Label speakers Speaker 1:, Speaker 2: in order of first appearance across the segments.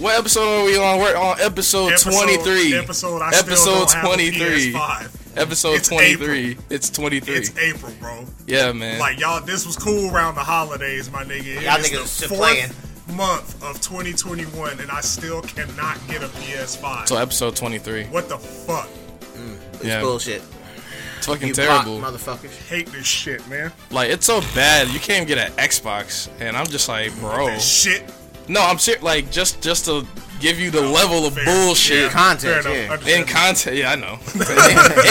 Speaker 1: episode are we on? We're on episode,
Speaker 2: Episode-
Speaker 1: 23.
Speaker 2: episode I still
Speaker 1: episode
Speaker 2: don't have on
Speaker 1: 23.
Speaker 2: PS5.
Speaker 1: Episode
Speaker 2: It's
Speaker 1: 23. It's 23.
Speaker 2: It's April, bro.
Speaker 1: yeah, man.
Speaker 2: Like y'all, this was cool around the holidays, my nigga. It
Speaker 3: Y'all
Speaker 2: is
Speaker 3: niggas
Speaker 2: the
Speaker 3: was just
Speaker 2: fourth
Speaker 3: playing.
Speaker 2: month of 2021, and I still cannot get a PS5.
Speaker 1: so episode 23.
Speaker 2: what the fuck?
Speaker 3: It's
Speaker 1: Yeah.
Speaker 3: bullshit.
Speaker 1: It's fucking
Speaker 3: You
Speaker 1: terrible.
Speaker 3: block, motherfuckers.
Speaker 2: Hate this shit, man.
Speaker 1: like it's so bad. You can't even get an Xbox, and I'm just like, bro.
Speaker 2: This shit.
Speaker 1: No, I'm serious. Like just just to give you the level of
Speaker 2: fair.
Speaker 1: bullshit.
Speaker 3: Context,
Speaker 2: Fair enough.
Speaker 3: yeah.
Speaker 1: In
Speaker 2: Understand.
Speaker 1: context, yeah, I know.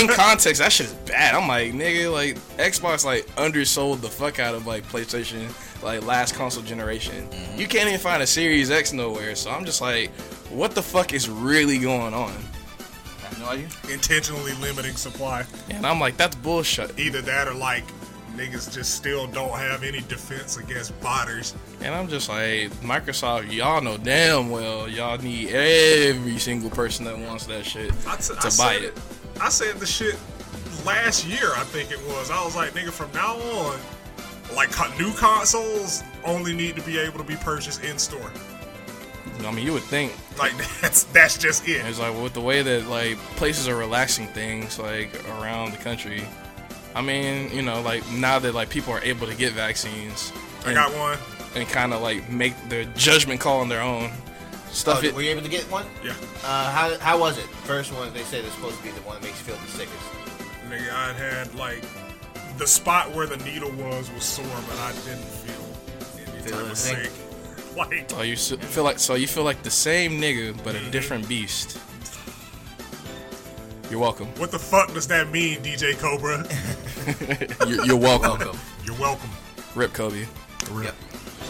Speaker 1: in context, that shit's bad. I'm like, nigga, like Xbox like undersold the fuck out of like PlayStation, like last console generation. You can't even find a Series X nowhere. So I'm just like, what the fuck is really going on?
Speaker 4: no idea.
Speaker 2: intentionally limiting supply.
Speaker 1: And I'm like, that's bullshit.
Speaker 2: Either that or like niggas just still don't have any defense against botters.
Speaker 1: And I'm just like, Microsoft, y'all know damn well y'all need every single person that wants that shit
Speaker 2: t-
Speaker 1: to buy
Speaker 2: said
Speaker 1: it.
Speaker 2: I said the shit last year, I think it was. I was like, nigga, from now on, like co- new consoles only need to be able to be purchased in store.
Speaker 1: I mean, you would think
Speaker 2: Like that's that's just it.
Speaker 1: And It's like with the way that like places are relaxing things like around the country. I mean, you know, like now that like people are able to get vaccines
Speaker 2: I got one.
Speaker 1: and kind of like make their judgment call on their own. Stuff
Speaker 3: Oh,
Speaker 1: it.
Speaker 3: were you able to get one?
Speaker 2: Yeah,
Speaker 3: Uh, how, how was it? First one they said is supposed to be the one that makes you feel the sickest.
Speaker 2: nigga, I had like the spot where the needle was was sore, but I didn't feel any type
Speaker 3: Feel anything?
Speaker 2: of sick. Like
Speaker 1: Oh, you s- feel like so you feel like the same nigga but a different beast. You're welcome.
Speaker 2: What the fuck does that mean, DJ Cobra?
Speaker 1: You're, you're welcome.
Speaker 3: Welcome.
Speaker 2: You're welcome.
Speaker 1: Rip Kobe.
Speaker 3: yep.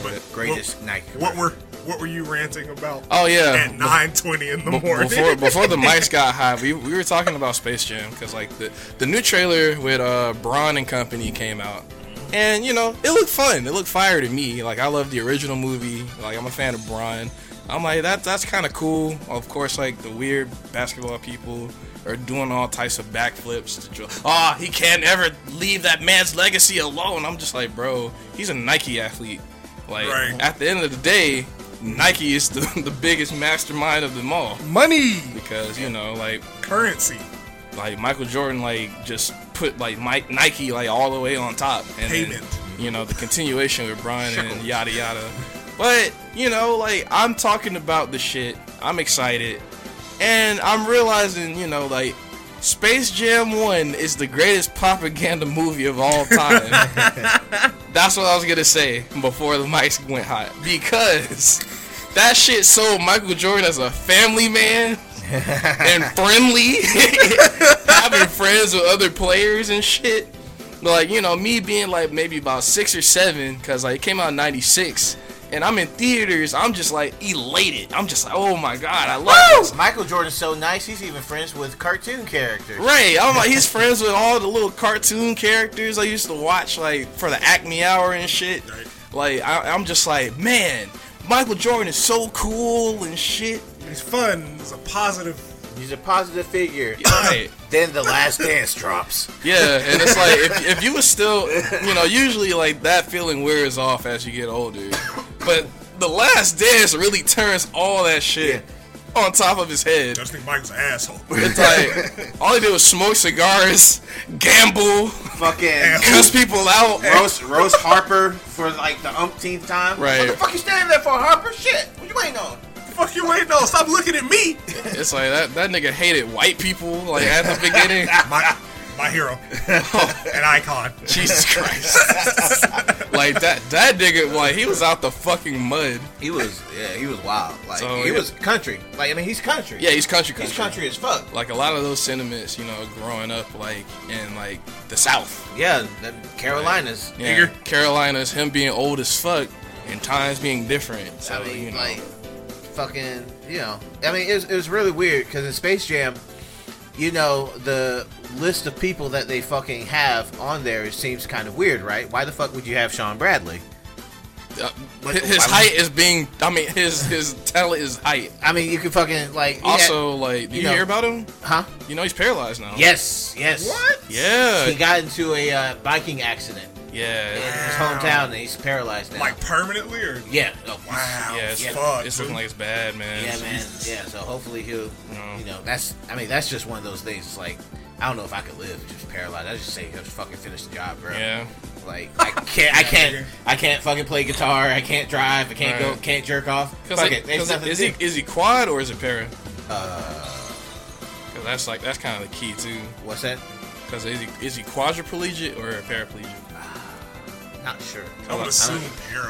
Speaker 2: But
Speaker 3: Greatest night.
Speaker 2: What, what were what were you ranting about
Speaker 1: Oh yeah.
Speaker 2: at nine twenty in the
Speaker 1: Be-
Speaker 2: morning?
Speaker 1: Before before the mics got high, we, we were talking about Space Jam because like the the new trailer with uh Braun and company came out, and you know it looked fun. It looked fire to me. Like I love the original movie. Like I'm a fan of Braun. I'm like that that's kind of cool. Of course, like the weird basketball people are doing all types of backflips. To dr- Ah, he can't ever leave that man's legacy alone. I'm just like, bro, he's a Nike athlete. Like
Speaker 2: Right.
Speaker 1: at the end of the day. Nike is the, the biggest mastermind of them all
Speaker 2: Money,
Speaker 1: because you know like
Speaker 2: currency,
Speaker 1: like Michael Jordan like just put like Mike Nike like all the way on top and then,
Speaker 2: Payment.
Speaker 1: you know the continuation with Brian and
Speaker 2: Sure.
Speaker 1: yada yada but you know like I'm talking about the shit I'm excited and I'm realizing you know like Space Jam 1 is the greatest propaganda movie of all time that's what I was gonna say before the mics went hot because that shit sold Michael Jordan as a family man and friendly, having friends with other players and shit. But like you know, me being like maybe about six or seven, cause like it came out in '96, and I'm in theaters. I'm just like elated. I'm just like, oh my god, I love this.
Speaker 3: Michael Jordan's so nice, he's even friends with cartoon characters.
Speaker 1: Right, I'm like he's friends with all the little cartoon characters I used to watch like for the Acme Hour and shit.
Speaker 2: Right.
Speaker 1: Like I, I'm just like, man, Michael Jordan is so cool and shit.
Speaker 2: it's fun, it's a positive.
Speaker 3: He's a positive figure.
Speaker 1: Right.
Speaker 3: then the last dance drops.
Speaker 1: Yeah, and it's like if, if you were still, you know, usually like that feeling wears off as you get older, but the last dance really turns all that shit on top of his head.
Speaker 2: I just think Mike's an asshole.
Speaker 1: It's like all he did was smoke cigars, gamble,
Speaker 3: Fucking
Speaker 1: cuss people out.
Speaker 3: roast, roast Harper for like the umpteenth time.
Speaker 1: Right.
Speaker 3: What the fuck you standing there for, Harper? Shit. What you waiting on?
Speaker 2: fuck you ain't no. Stop looking at me.
Speaker 1: It's like that that nigga hated white people like at the beginning.
Speaker 2: My my hero, an icon.
Speaker 1: Jesus Christ! like that that nigga like he was out the fucking mud.
Speaker 3: He was, yeah, he was wild. Like
Speaker 1: So,
Speaker 3: he
Speaker 1: yeah.
Speaker 3: was country. Like I mean, he's country.
Speaker 1: Yeah, he's country country.
Speaker 3: he's country as fuck.
Speaker 1: Like a lot of those sentiments, you know, growing up like in like the South.
Speaker 3: Yeah, the Carolinas.
Speaker 1: Yeah, Carolina's him being old as fuck and times being different. So
Speaker 3: I mean,
Speaker 1: you know,
Speaker 3: like, fucking, you know. I mean, it was, it was really weird because in Space Jam, you know, the list of people that they fucking have on there it seems kind of weird, right? Why the fuck would you have Sean Bradley?
Speaker 1: uh,
Speaker 3: But
Speaker 1: hi- his
Speaker 3: why would-
Speaker 1: height is being. I mean, his his talent is height.
Speaker 3: I mean, you could fucking like yeah-
Speaker 1: Also, like, did
Speaker 3: you
Speaker 1: you,
Speaker 3: know.
Speaker 1: hear about him?
Speaker 3: huh?
Speaker 1: You know, he's paralyzed now.
Speaker 3: Yes, yes.
Speaker 2: What?
Speaker 1: Yeah.
Speaker 3: He got into a uh, biking accident.
Speaker 1: Yeah.
Speaker 3: in
Speaker 1: it-
Speaker 3: his hometown, and he's paralyzed now.
Speaker 2: Like permanently or
Speaker 3: yeah. Oh,
Speaker 2: Wow.
Speaker 1: Yeah, it's,
Speaker 2: Yeah. Fuck,
Speaker 1: it's
Speaker 2: dude.
Speaker 1: looking like it's bad, man.
Speaker 3: Yeah, man. Yeah. So hopefully he'll,
Speaker 1: No.
Speaker 3: you know, that's. I mean, that's just one of those things. It's like I don't know if I could live just paralyzed. I just say he'll fucking finish the job, bro.
Speaker 1: Yeah.
Speaker 3: Like I can't, I
Speaker 2: nigga.
Speaker 3: can't, I can't fucking play guitar. I can't drive. I can't go.
Speaker 1: Right.
Speaker 3: Can't jerk off. Fuck
Speaker 1: Cause like,
Speaker 3: it. There's
Speaker 1: 'cause
Speaker 3: nothing.
Speaker 1: is
Speaker 3: to
Speaker 1: he
Speaker 3: do.
Speaker 1: is he quad or is it para?
Speaker 3: Uh,
Speaker 1: Cause that's like that's kind of the key too.
Speaker 3: what's that?
Speaker 1: Cause is he is he quadriplegic or paraplegic?
Speaker 3: Not sure.
Speaker 2: I would assume
Speaker 3: don't-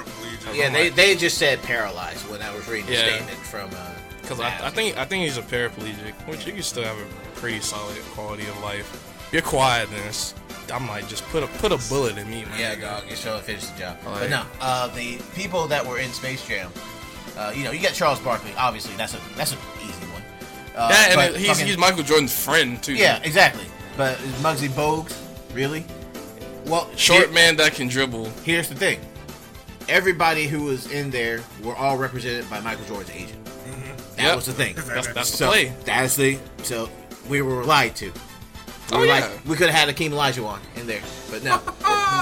Speaker 2: paraplegic.
Speaker 3: Yeah, they, they just said paralyzed when I was reading
Speaker 1: Yeah.
Speaker 3: the statement from. Uh,
Speaker 1: Cause I, I
Speaker 3: Mavs.
Speaker 1: think I think he's a paraplegic, which you can still have a pretty solid quality of life. You're quiet, then it's, I'm like just put a put a bullet in me, man.
Speaker 3: Yeah, dog, you should have finished the job.
Speaker 1: Like-
Speaker 3: but no, uh, the people that were in Space Jam, uh, you know, you got Charles Barkley. Obviously, that's a that's an easy one. Uh,
Speaker 1: That and
Speaker 3: but
Speaker 1: he's
Speaker 3: fucking-
Speaker 1: he's Michael Jordan's friend too.
Speaker 3: yeah, exactly. But is Muggsy Bogues really? Well,
Speaker 1: Short
Speaker 3: here-
Speaker 1: man that can dribble.
Speaker 3: Here's the thing: everybody who was in there were all represented by Michael Jordan's agent. That
Speaker 1: Mm-hmm. Yep.
Speaker 3: was the thing.
Speaker 1: That's that's the
Speaker 3: so
Speaker 1: play.
Speaker 3: that's the so we were lied to. We
Speaker 1: Oh,
Speaker 3: were lied-
Speaker 1: yeah.
Speaker 3: we could have had Akeem Olajuwon in there, but no,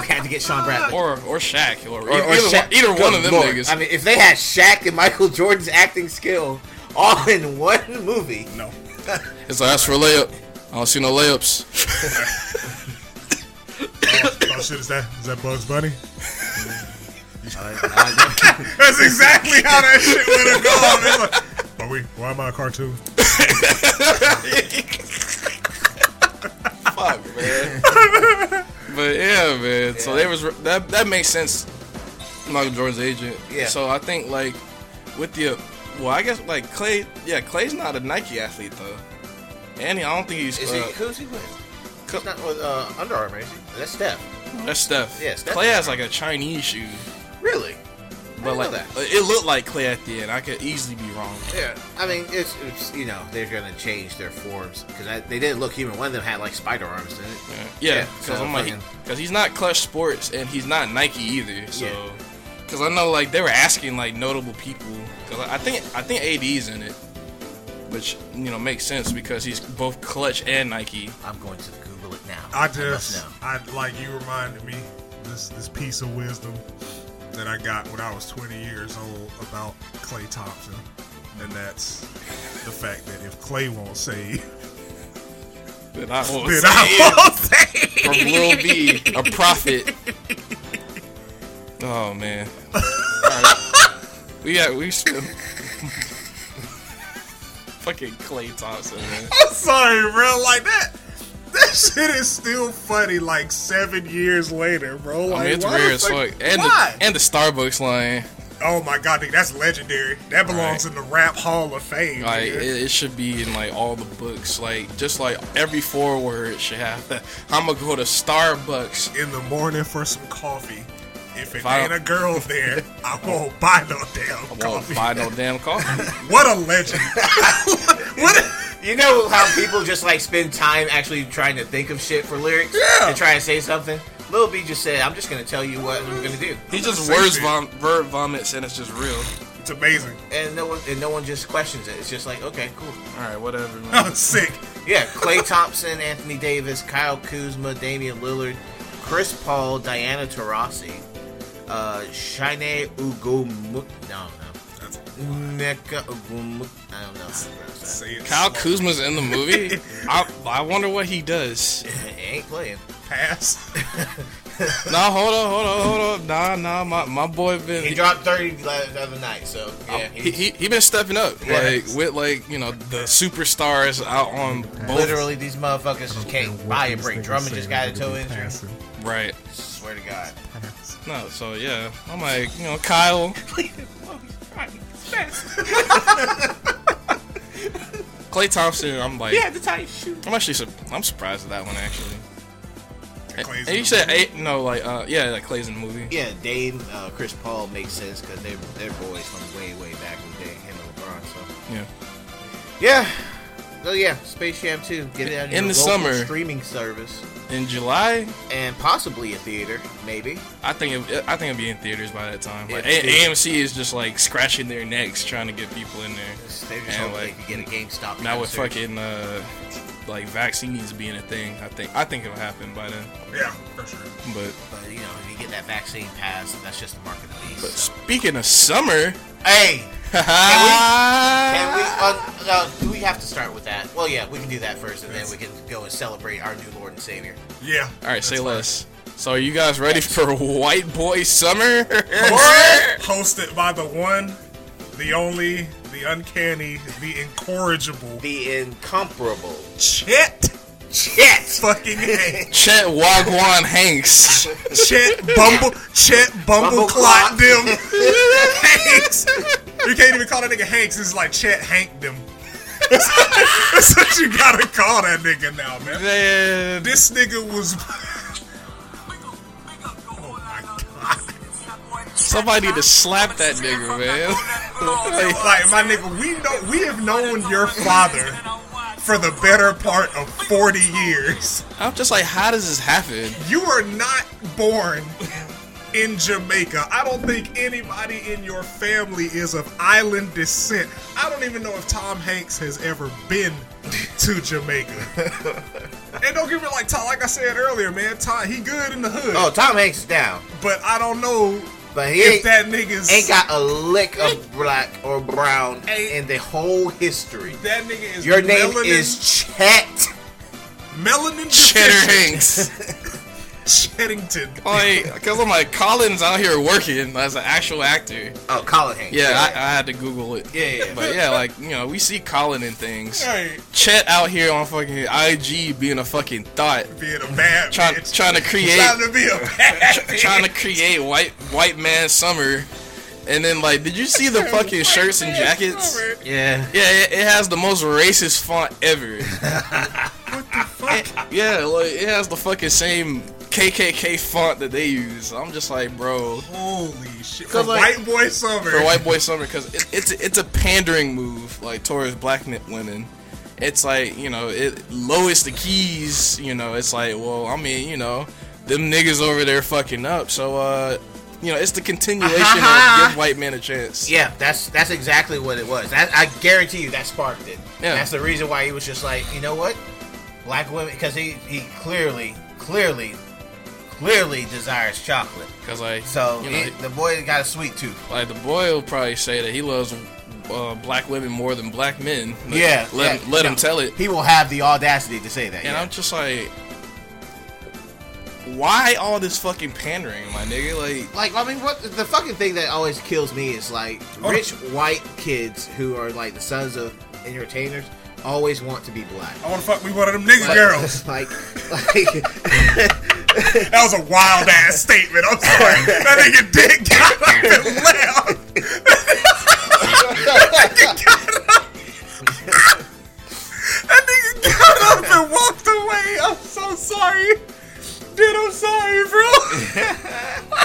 Speaker 3: we had to get Sean Bradley.
Speaker 1: Or or Shaq or,
Speaker 3: Or- or
Speaker 1: either,
Speaker 3: Shaq-
Speaker 1: either one
Speaker 3: Good
Speaker 1: of them
Speaker 3: Lord.
Speaker 1: niggas.
Speaker 3: I mean, if they had Shaq and Michael Jordan's acting skill all in one movie,
Speaker 2: No.
Speaker 1: It's like that's for a layup. I don't see no layups.
Speaker 2: Oh, oh, shit, is that is that Bugs Bunny?
Speaker 3: I,
Speaker 2: That's exactly how that shit would have gone. It's like, are we? Why am I a cartoon?
Speaker 1: Fuck, man. but yeah, man. So there was that. That makes sense. Michael Jordan's agent.
Speaker 3: Yeah.
Speaker 1: So I think like with the well, I guess like Clay. Yeah, Clay's not a Nike athlete though. And he- I don't think he's.
Speaker 3: is
Speaker 1: uh,
Speaker 3: he, who's he with? He's not with uh, Under Armour, is he? That's Steph.
Speaker 1: that's Steph.
Speaker 3: Yeah, Steph.
Speaker 1: Clay has like a Chinese shoe,
Speaker 3: Really?
Speaker 1: but
Speaker 3: didn't
Speaker 1: like
Speaker 3: know that.
Speaker 1: it looked like Clay at the end. I could easily be wrong.
Speaker 3: Yeah. I mean, it's, it's you know they're gonna change their forms because they didn't look human. One of them had like spider arms, didn't it?
Speaker 1: Yeah,
Speaker 3: Yeah,
Speaker 1: because
Speaker 3: so
Speaker 1: I'm like,
Speaker 3: fucking-
Speaker 1: because he's not Clutch Sports and he's not Nike either. So,
Speaker 3: Yeah.
Speaker 1: because I know like they were asking like notable people. Because I I think I think AD's in it, which you know makes sense because he's both Clutch and Nike.
Speaker 3: I'm going to Google it now.
Speaker 2: I
Speaker 3: must
Speaker 2: just,
Speaker 3: know.
Speaker 2: I like you reminded me this this piece of wisdom that I got when I was 20 years old about Clay Thompson, and that's the fact that if Clay won't save,
Speaker 1: That I will
Speaker 2: then
Speaker 1: say
Speaker 2: I won't save.
Speaker 1: or will be a prophet. Oh man, Alright. we got we spent fucking Clay Thompson. Man.
Speaker 2: I'm sorry, bro. Like that. That shit is still funny, like seven years later, bro. Like,
Speaker 1: I mean, it's
Speaker 2: why
Speaker 1: weird
Speaker 2: the
Speaker 1: as
Speaker 2: fuck-
Speaker 1: fuck. And
Speaker 2: why?
Speaker 1: the, and the Starbucks line.
Speaker 2: oh my god, nigga, that's legendary. That belongs
Speaker 1: Right.
Speaker 2: in the rap Hall of Fame.
Speaker 1: Like
Speaker 2: nigga.
Speaker 1: it, it should be in like all the books, like just like every foreword should have. that. I'm gonna go to Starbucks.
Speaker 2: in the morning for some coffee. If it
Speaker 1: I
Speaker 2: ain't a
Speaker 1: don't-
Speaker 2: girl there, I won't buy no damn
Speaker 1: Won't
Speaker 2: coffee.
Speaker 1: buy no damn coffee.
Speaker 2: What a legend! what? A,
Speaker 3: You know how people just like spend time actually trying to think of shit for lyrics
Speaker 2: Yeah.
Speaker 3: and try and say something. Lil B just said, "I'm just gonna tell you what I'm gonna do,"
Speaker 1: He just
Speaker 2: Same
Speaker 1: words
Speaker 2: shit.
Speaker 1: vom- word vomits and it's just real.
Speaker 2: it's amazing.
Speaker 3: and no one and no one just questions it. It's just like, okay, cool.
Speaker 1: All right, whatever. Man.
Speaker 2: I'm sick.
Speaker 3: Yeah, Clay Thompson, Anthony Davis, Kyle Kuzma, Damian Lillard, Chris Paul, Diana Taurasi, uh, Shine Ugomuk. No, no.
Speaker 2: That's,
Speaker 3: Neka Ugomuk. I don't know how to pronounce
Speaker 2: say it
Speaker 1: Kyle
Speaker 2: slow.
Speaker 1: Kuzma's in the movie. I, I wonder what he does.
Speaker 3: that. It ain't playing.
Speaker 2: pass.
Speaker 1: Nah, hold up, hold up, hold up. Nah, nah, my, my boy been
Speaker 3: He dropped 30 la- the other night, so yeah.
Speaker 1: Oh, he, he he been stepping up
Speaker 3: Yeah.
Speaker 1: like with like you know the superstars out on both.
Speaker 3: Literally, these motherfuckers just can't buy a break. Drummond just got a toe injury.
Speaker 2: Passing,
Speaker 1: right.
Speaker 3: Swear to God.
Speaker 2: passing.
Speaker 1: No, so yeah, I'm like you know Kyle. Clay Thompson, I'm like,
Speaker 4: the tight shoe.
Speaker 1: I'm actually, sur- I'm surprised at that one actually. And,
Speaker 2: Clay's
Speaker 1: and you
Speaker 2: in
Speaker 1: said eight? No, like, uh, yeah, like Clay's in the movie.
Speaker 3: Yeah, Dame, uh, Chris Paul makes sense because they're, they're boys from way, way back in the day, him and LeBron, so.
Speaker 1: Yeah.
Speaker 3: Yeah. So yeah, Space Jam 2. Get it on
Speaker 1: In
Speaker 3: your
Speaker 1: the
Speaker 3: local
Speaker 1: summer.
Speaker 3: streaming service
Speaker 1: in July.
Speaker 3: and possibly a theater, maybe.
Speaker 1: I think it, I think it'll be in theaters by that time. Like,
Speaker 3: Yeah,
Speaker 1: A-
Speaker 3: dude.
Speaker 1: AMC is just like scratching their necks trying to get people in there.
Speaker 3: They're just
Speaker 1: And,
Speaker 3: hoping
Speaker 1: like,
Speaker 3: they can get a GameStop.
Speaker 1: Now with
Speaker 3: concert.
Speaker 1: fucking uh, like vaccines being a thing, I think I think it'll happen by then.
Speaker 2: Yeah, for sure.
Speaker 1: But
Speaker 3: But you know, if you get that vaccine pass, that's just the mark of the beast.
Speaker 1: but
Speaker 3: so.
Speaker 1: speaking of summer,
Speaker 3: Hey, can we?
Speaker 1: can
Speaker 3: Uh, uh, do we have to start with that? Well, yeah, we can do that first, and then we can go and celebrate our new Lord and Savior.
Speaker 2: Yeah.
Speaker 1: All right, say
Speaker 2: that's
Speaker 1: less. So are you guys ready for White Boy Summer?
Speaker 2: fine. Hosted by the one, the only, the uncanny, the incorrigible
Speaker 3: The incomparable.
Speaker 2: Chet
Speaker 3: Yes.
Speaker 2: fucking Hank.
Speaker 1: Chet Wagwan Hanks.
Speaker 2: Chet Bumble Chet Bumble,
Speaker 3: Bumble
Speaker 2: Clot
Speaker 3: Clot.
Speaker 2: them Hanks. You can't even call that nigga Hanks. It's like Chet Hank them. That's what you gotta call that nigga now, man.
Speaker 1: Man,
Speaker 2: This nigga was. oh my god.
Speaker 1: Somebody to slap that nigga, man. Like,
Speaker 2: Like my nigga, we know we have known your father for the better part of 40 years.
Speaker 1: I'm just like, how does this happen?
Speaker 2: You were not born in Jamaica. I don't think anybody in your family is of island descent. I don't even know if Tom Hanks has ever been to Jamaica. and don't give me like Tom, like I said earlier, man. Tom, he good in the hood,
Speaker 3: Oh, Tom Hanks is down,
Speaker 2: but I don't know
Speaker 3: but he
Speaker 2: if
Speaker 3: ain't,
Speaker 2: that nigga's
Speaker 3: ain't got a lick of black or brown
Speaker 2: Ain't-
Speaker 3: in the whole history.
Speaker 2: that nigga is
Speaker 3: Your name
Speaker 2: melanin,
Speaker 3: is Chet.
Speaker 2: melanin
Speaker 1: Cheddar Oh. Hanks.
Speaker 2: deficient. Cheddington.
Speaker 1: Like, because I'm like, Colin's out here working as an actual actor.
Speaker 3: Oh, Colin Hanks.
Speaker 1: Yeah, I, I had to Google it.
Speaker 3: Yeah, yeah, yeah.
Speaker 1: But yeah, like, you know, we see Colin in things.
Speaker 2: Hey,
Speaker 1: Chet out here on fucking IG being a fucking thought.
Speaker 2: being a bad
Speaker 1: Trying,
Speaker 2: bitch.
Speaker 1: trying to create
Speaker 2: Trying to be a bad bitch.
Speaker 1: trying to create white white man summer. And then like, did you see the fucking shirts and jackets?
Speaker 2: What
Speaker 3: yeah.
Speaker 1: Yeah, it, it has the most racist font ever.
Speaker 2: the fuck?
Speaker 1: Yeah, like it has the fucking same KKK font that they use. I'm just like, bro,
Speaker 2: Holy shit. For
Speaker 1: 'Cause, like,
Speaker 2: white boy summer.
Speaker 1: for white boy summer, because it, it's it's a pandering move like towards black ni- women. It's like you know, it lowers the keys. You know, it's like, well, I mean, you know, them niggas over there fucking up. So, uh, you know, it's the continuation of give white men a chance.
Speaker 3: Yeah, that's that's exactly what it was. That, I guarantee you that sparked it.
Speaker 1: Yeah.
Speaker 3: That's the reason why he was just like, you know what, black women, because he he clearly, clearly, clearly desires chocolate.
Speaker 1: Because like,
Speaker 3: So
Speaker 1: you know,
Speaker 3: he- the boy got a sweet tooth.
Speaker 1: like the boy will probably say that he loves uh, black women more than black men. Let-
Speaker 3: Yeah,
Speaker 1: let
Speaker 3: yeah,
Speaker 1: let
Speaker 3: no.
Speaker 1: him tell it.
Speaker 3: He will have the audacity to say that.
Speaker 1: And
Speaker 3: yeah.
Speaker 1: I'm just like, why all this fucking pandering, my nigga? Like,
Speaker 3: like I mean, what the fucking thing that always kills me is like
Speaker 2: Oh.
Speaker 3: rich white kids who are like the sons of entertainers always want to be black.
Speaker 2: I want to fuck with one of them nigga girls.
Speaker 3: Like, like
Speaker 2: That was a wild ass statement. I'm sorry. That nigga dick got up and left. that nigga got up. that nigga got up and walked away. I'm so sorry. Dude, I'm sorry, bro.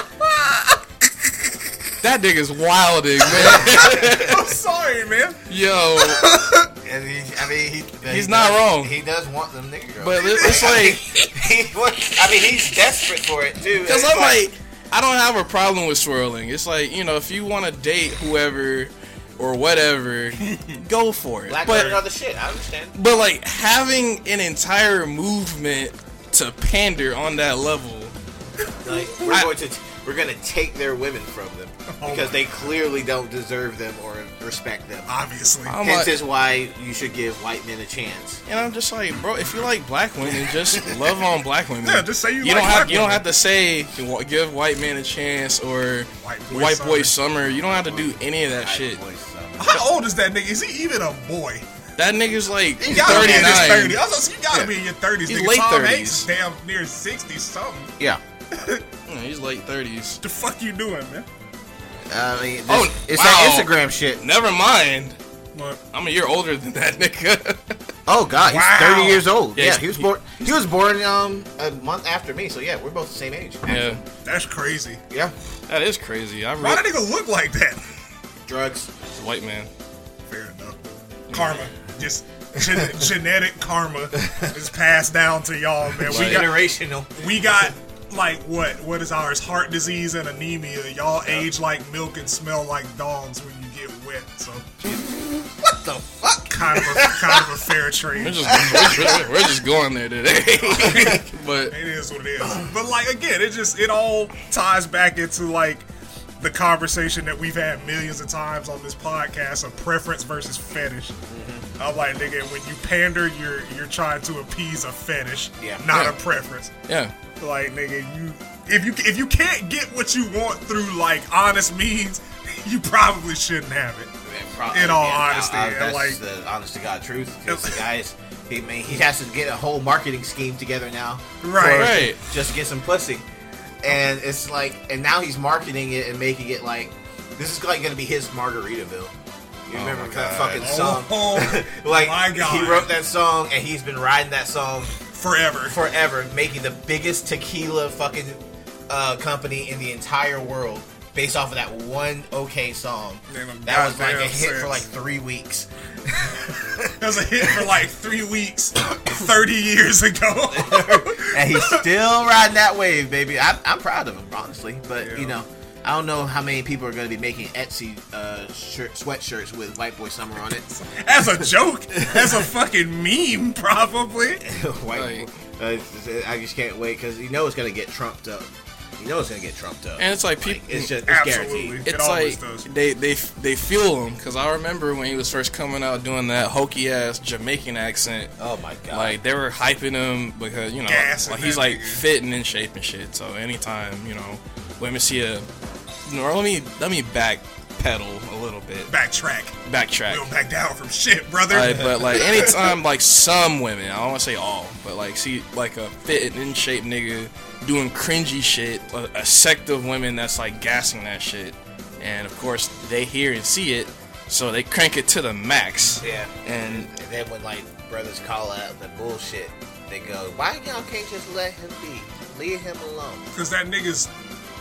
Speaker 1: that nigga's wilding, man.
Speaker 2: I'm sorry, man.
Speaker 1: Yo,
Speaker 3: And he, I mean, he,
Speaker 1: He's not
Speaker 3: does-
Speaker 1: wrong.
Speaker 3: He does want them nigga girls.
Speaker 1: but it- it's like,
Speaker 3: he, was- I mean, he's desperate for it too.
Speaker 1: Because
Speaker 3: It's
Speaker 1: I'm like, I don't have a problem with swirling. It's like, you know, if you want to date whoever or whatever, go for it.
Speaker 3: black
Speaker 1: but,
Speaker 3: women are the shit. I understand.
Speaker 1: but, like, having an entire movement to pander on that level,
Speaker 3: Like, we're
Speaker 1: I-
Speaker 3: going to we're going to take their women from them
Speaker 2: Oh
Speaker 3: because
Speaker 2: my-
Speaker 3: they clearly don't deserve them or respect them.
Speaker 2: Obviously.
Speaker 1: I'm
Speaker 3: Hence
Speaker 1: like,
Speaker 3: is why you should give white men a chance.
Speaker 1: and I'm just like, bro, if you like black women, just love on black women.
Speaker 2: Yeah, just say you
Speaker 1: you
Speaker 2: like
Speaker 1: don't have
Speaker 2: black
Speaker 1: you don't
Speaker 2: women.
Speaker 1: have to say "Wa- give white man a chance or
Speaker 2: White
Speaker 1: white
Speaker 2: boy
Speaker 1: boy, summer. You don't have to do any of that shit.
Speaker 2: How old is that nigga? Is he even a boy?
Speaker 1: That nigga's like
Speaker 2: He gotta be in his 30s.
Speaker 1: 39.
Speaker 2: I was like, you gotta
Speaker 1: Yeah.
Speaker 2: be in your 30s.
Speaker 1: He's
Speaker 2: nigga.
Speaker 1: late
Speaker 2: Tom
Speaker 1: 30s.
Speaker 2: Hanks is damn near 60 something.
Speaker 3: Yeah.
Speaker 1: Yeah, He's late 30s.
Speaker 2: The fuck you doing, man?
Speaker 3: I mean, this,
Speaker 1: Oh,
Speaker 3: it's
Speaker 1: wow.
Speaker 3: that Instagram shit.
Speaker 1: Never mind.
Speaker 2: What?
Speaker 1: I'm a year older than that nigga.
Speaker 3: Oh God, he's
Speaker 2: Wow.
Speaker 3: thirty years old.
Speaker 1: Yeah,
Speaker 3: Yeah,
Speaker 1: he's-
Speaker 3: he was born. He was born um a month after me. So yeah, we're both the same age.
Speaker 1: yeah,
Speaker 2: That's crazy.
Speaker 3: Yeah.
Speaker 1: that is crazy. I
Speaker 2: Why
Speaker 1: really
Speaker 2: that nigga look like that?
Speaker 3: Drugs.
Speaker 1: it's a white man.
Speaker 2: Fair enough. Karma. Just Gen- genetic karma is passed down to y'all, man. We got
Speaker 3: Generational.
Speaker 2: we got like what what is ours heart disease and anemia y'all age like milk and smell like dogs when you get wet so
Speaker 3: What the fuck?
Speaker 2: kind of a, kind of a fair
Speaker 1: We're
Speaker 2: trade
Speaker 1: just, we're, we're just going there today. but
Speaker 2: it is what it is but like again it just it all ties back into like the conversation that we've had millions of times on this podcast of preference versus fetish
Speaker 3: Mm-hmm.
Speaker 2: i'm like nigga when you pander you're you're trying to appease a fetish
Speaker 3: Yeah.
Speaker 2: not
Speaker 1: Yeah.
Speaker 2: a preference
Speaker 1: yeah,
Speaker 2: Like nigga, you if you if you can't get what you want through like honest means, you probably shouldn't have it. In all honesty,
Speaker 3: I, I,
Speaker 2: and
Speaker 3: that's
Speaker 2: like-
Speaker 3: the honest to god truth. 'cause the guys, he man, he has to get a whole marketing scheme together now,
Speaker 2: Right.
Speaker 1: Right.
Speaker 3: Just to get some pussy, and it's like, and now he's marketing it and making it like, this is like gonna be his Margaritaville. You
Speaker 1: Oh
Speaker 3: remember
Speaker 1: my
Speaker 3: that
Speaker 1: God.
Speaker 3: fucking song?
Speaker 2: Oh,
Speaker 3: like
Speaker 2: my God.
Speaker 3: he wrote that song and he's been riding that song
Speaker 2: forever.
Speaker 3: forever, making the biggest tequila fucking uh, company in the entire world based off of that one okay song.
Speaker 2: Name of
Speaker 3: That was like a
Speaker 2: goddamn
Speaker 3: hit for
Speaker 2: sense.
Speaker 3: like three weeks.
Speaker 2: That was a hit for like three weeks, thirty years ago.
Speaker 3: and he's still riding that wave, baby. I'm, I'm proud of him, honestly. But
Speaker 2: Yeah.
Speaker 3: you know, I don't know how many people are going to be making Etsy uh, shirt, sweatshirts with White Boy Summer on it.
Speaker 2: As a joke, as a fucking meme, probably.
Speaker 3: White, uh, it's- it's- I just can't wait because you know it's going to get trumped up. You know it's going to get trumped up.
Speaker 1: and it's like people.
Speaker 3: it's just it's
Speaker 2: Absolutely.
Speaker 3: guaranteed.
Speaker 2: It
Speaker 1: it's
Speaker 2: always
Speaker 1: like
Speaker 2: does.
Speaker 1: they they they fuel him because I remember when he was first coming out doing that hokey ass Jamaican accent.
Speaker 3: Oh my god!
Speaker 1: Like they were hyping him because you know,
Speaker 2: Gassing
Speaker 1: like he's
Speaker 2: that
Speaker 1: like
Speaker 2: nigga.
Speaker 1: fit and in shape and shit. So anytime you know, women see a, no, let me let me backpedal a little bit,
Speaker 2: Backtrack. We don't
Speaker 1: backtrack.
Speaker 2: back down from shit, brother.
Speaker 1: Like, but like anytime like some women, I don't want to say all, but like see like a fit and in shape nigga doing cringy shit, a, a sect of women that's like gassing that shit, and of course they hear and see it, so they crank it to the max.
Speaker 3: yeah.
Speaker 1: And
Speaker 3: And then when like brothers call out the bullshit, they go, "Why y'all can't just let him be? Leave him alone."
Speaker 2: Because that nigga's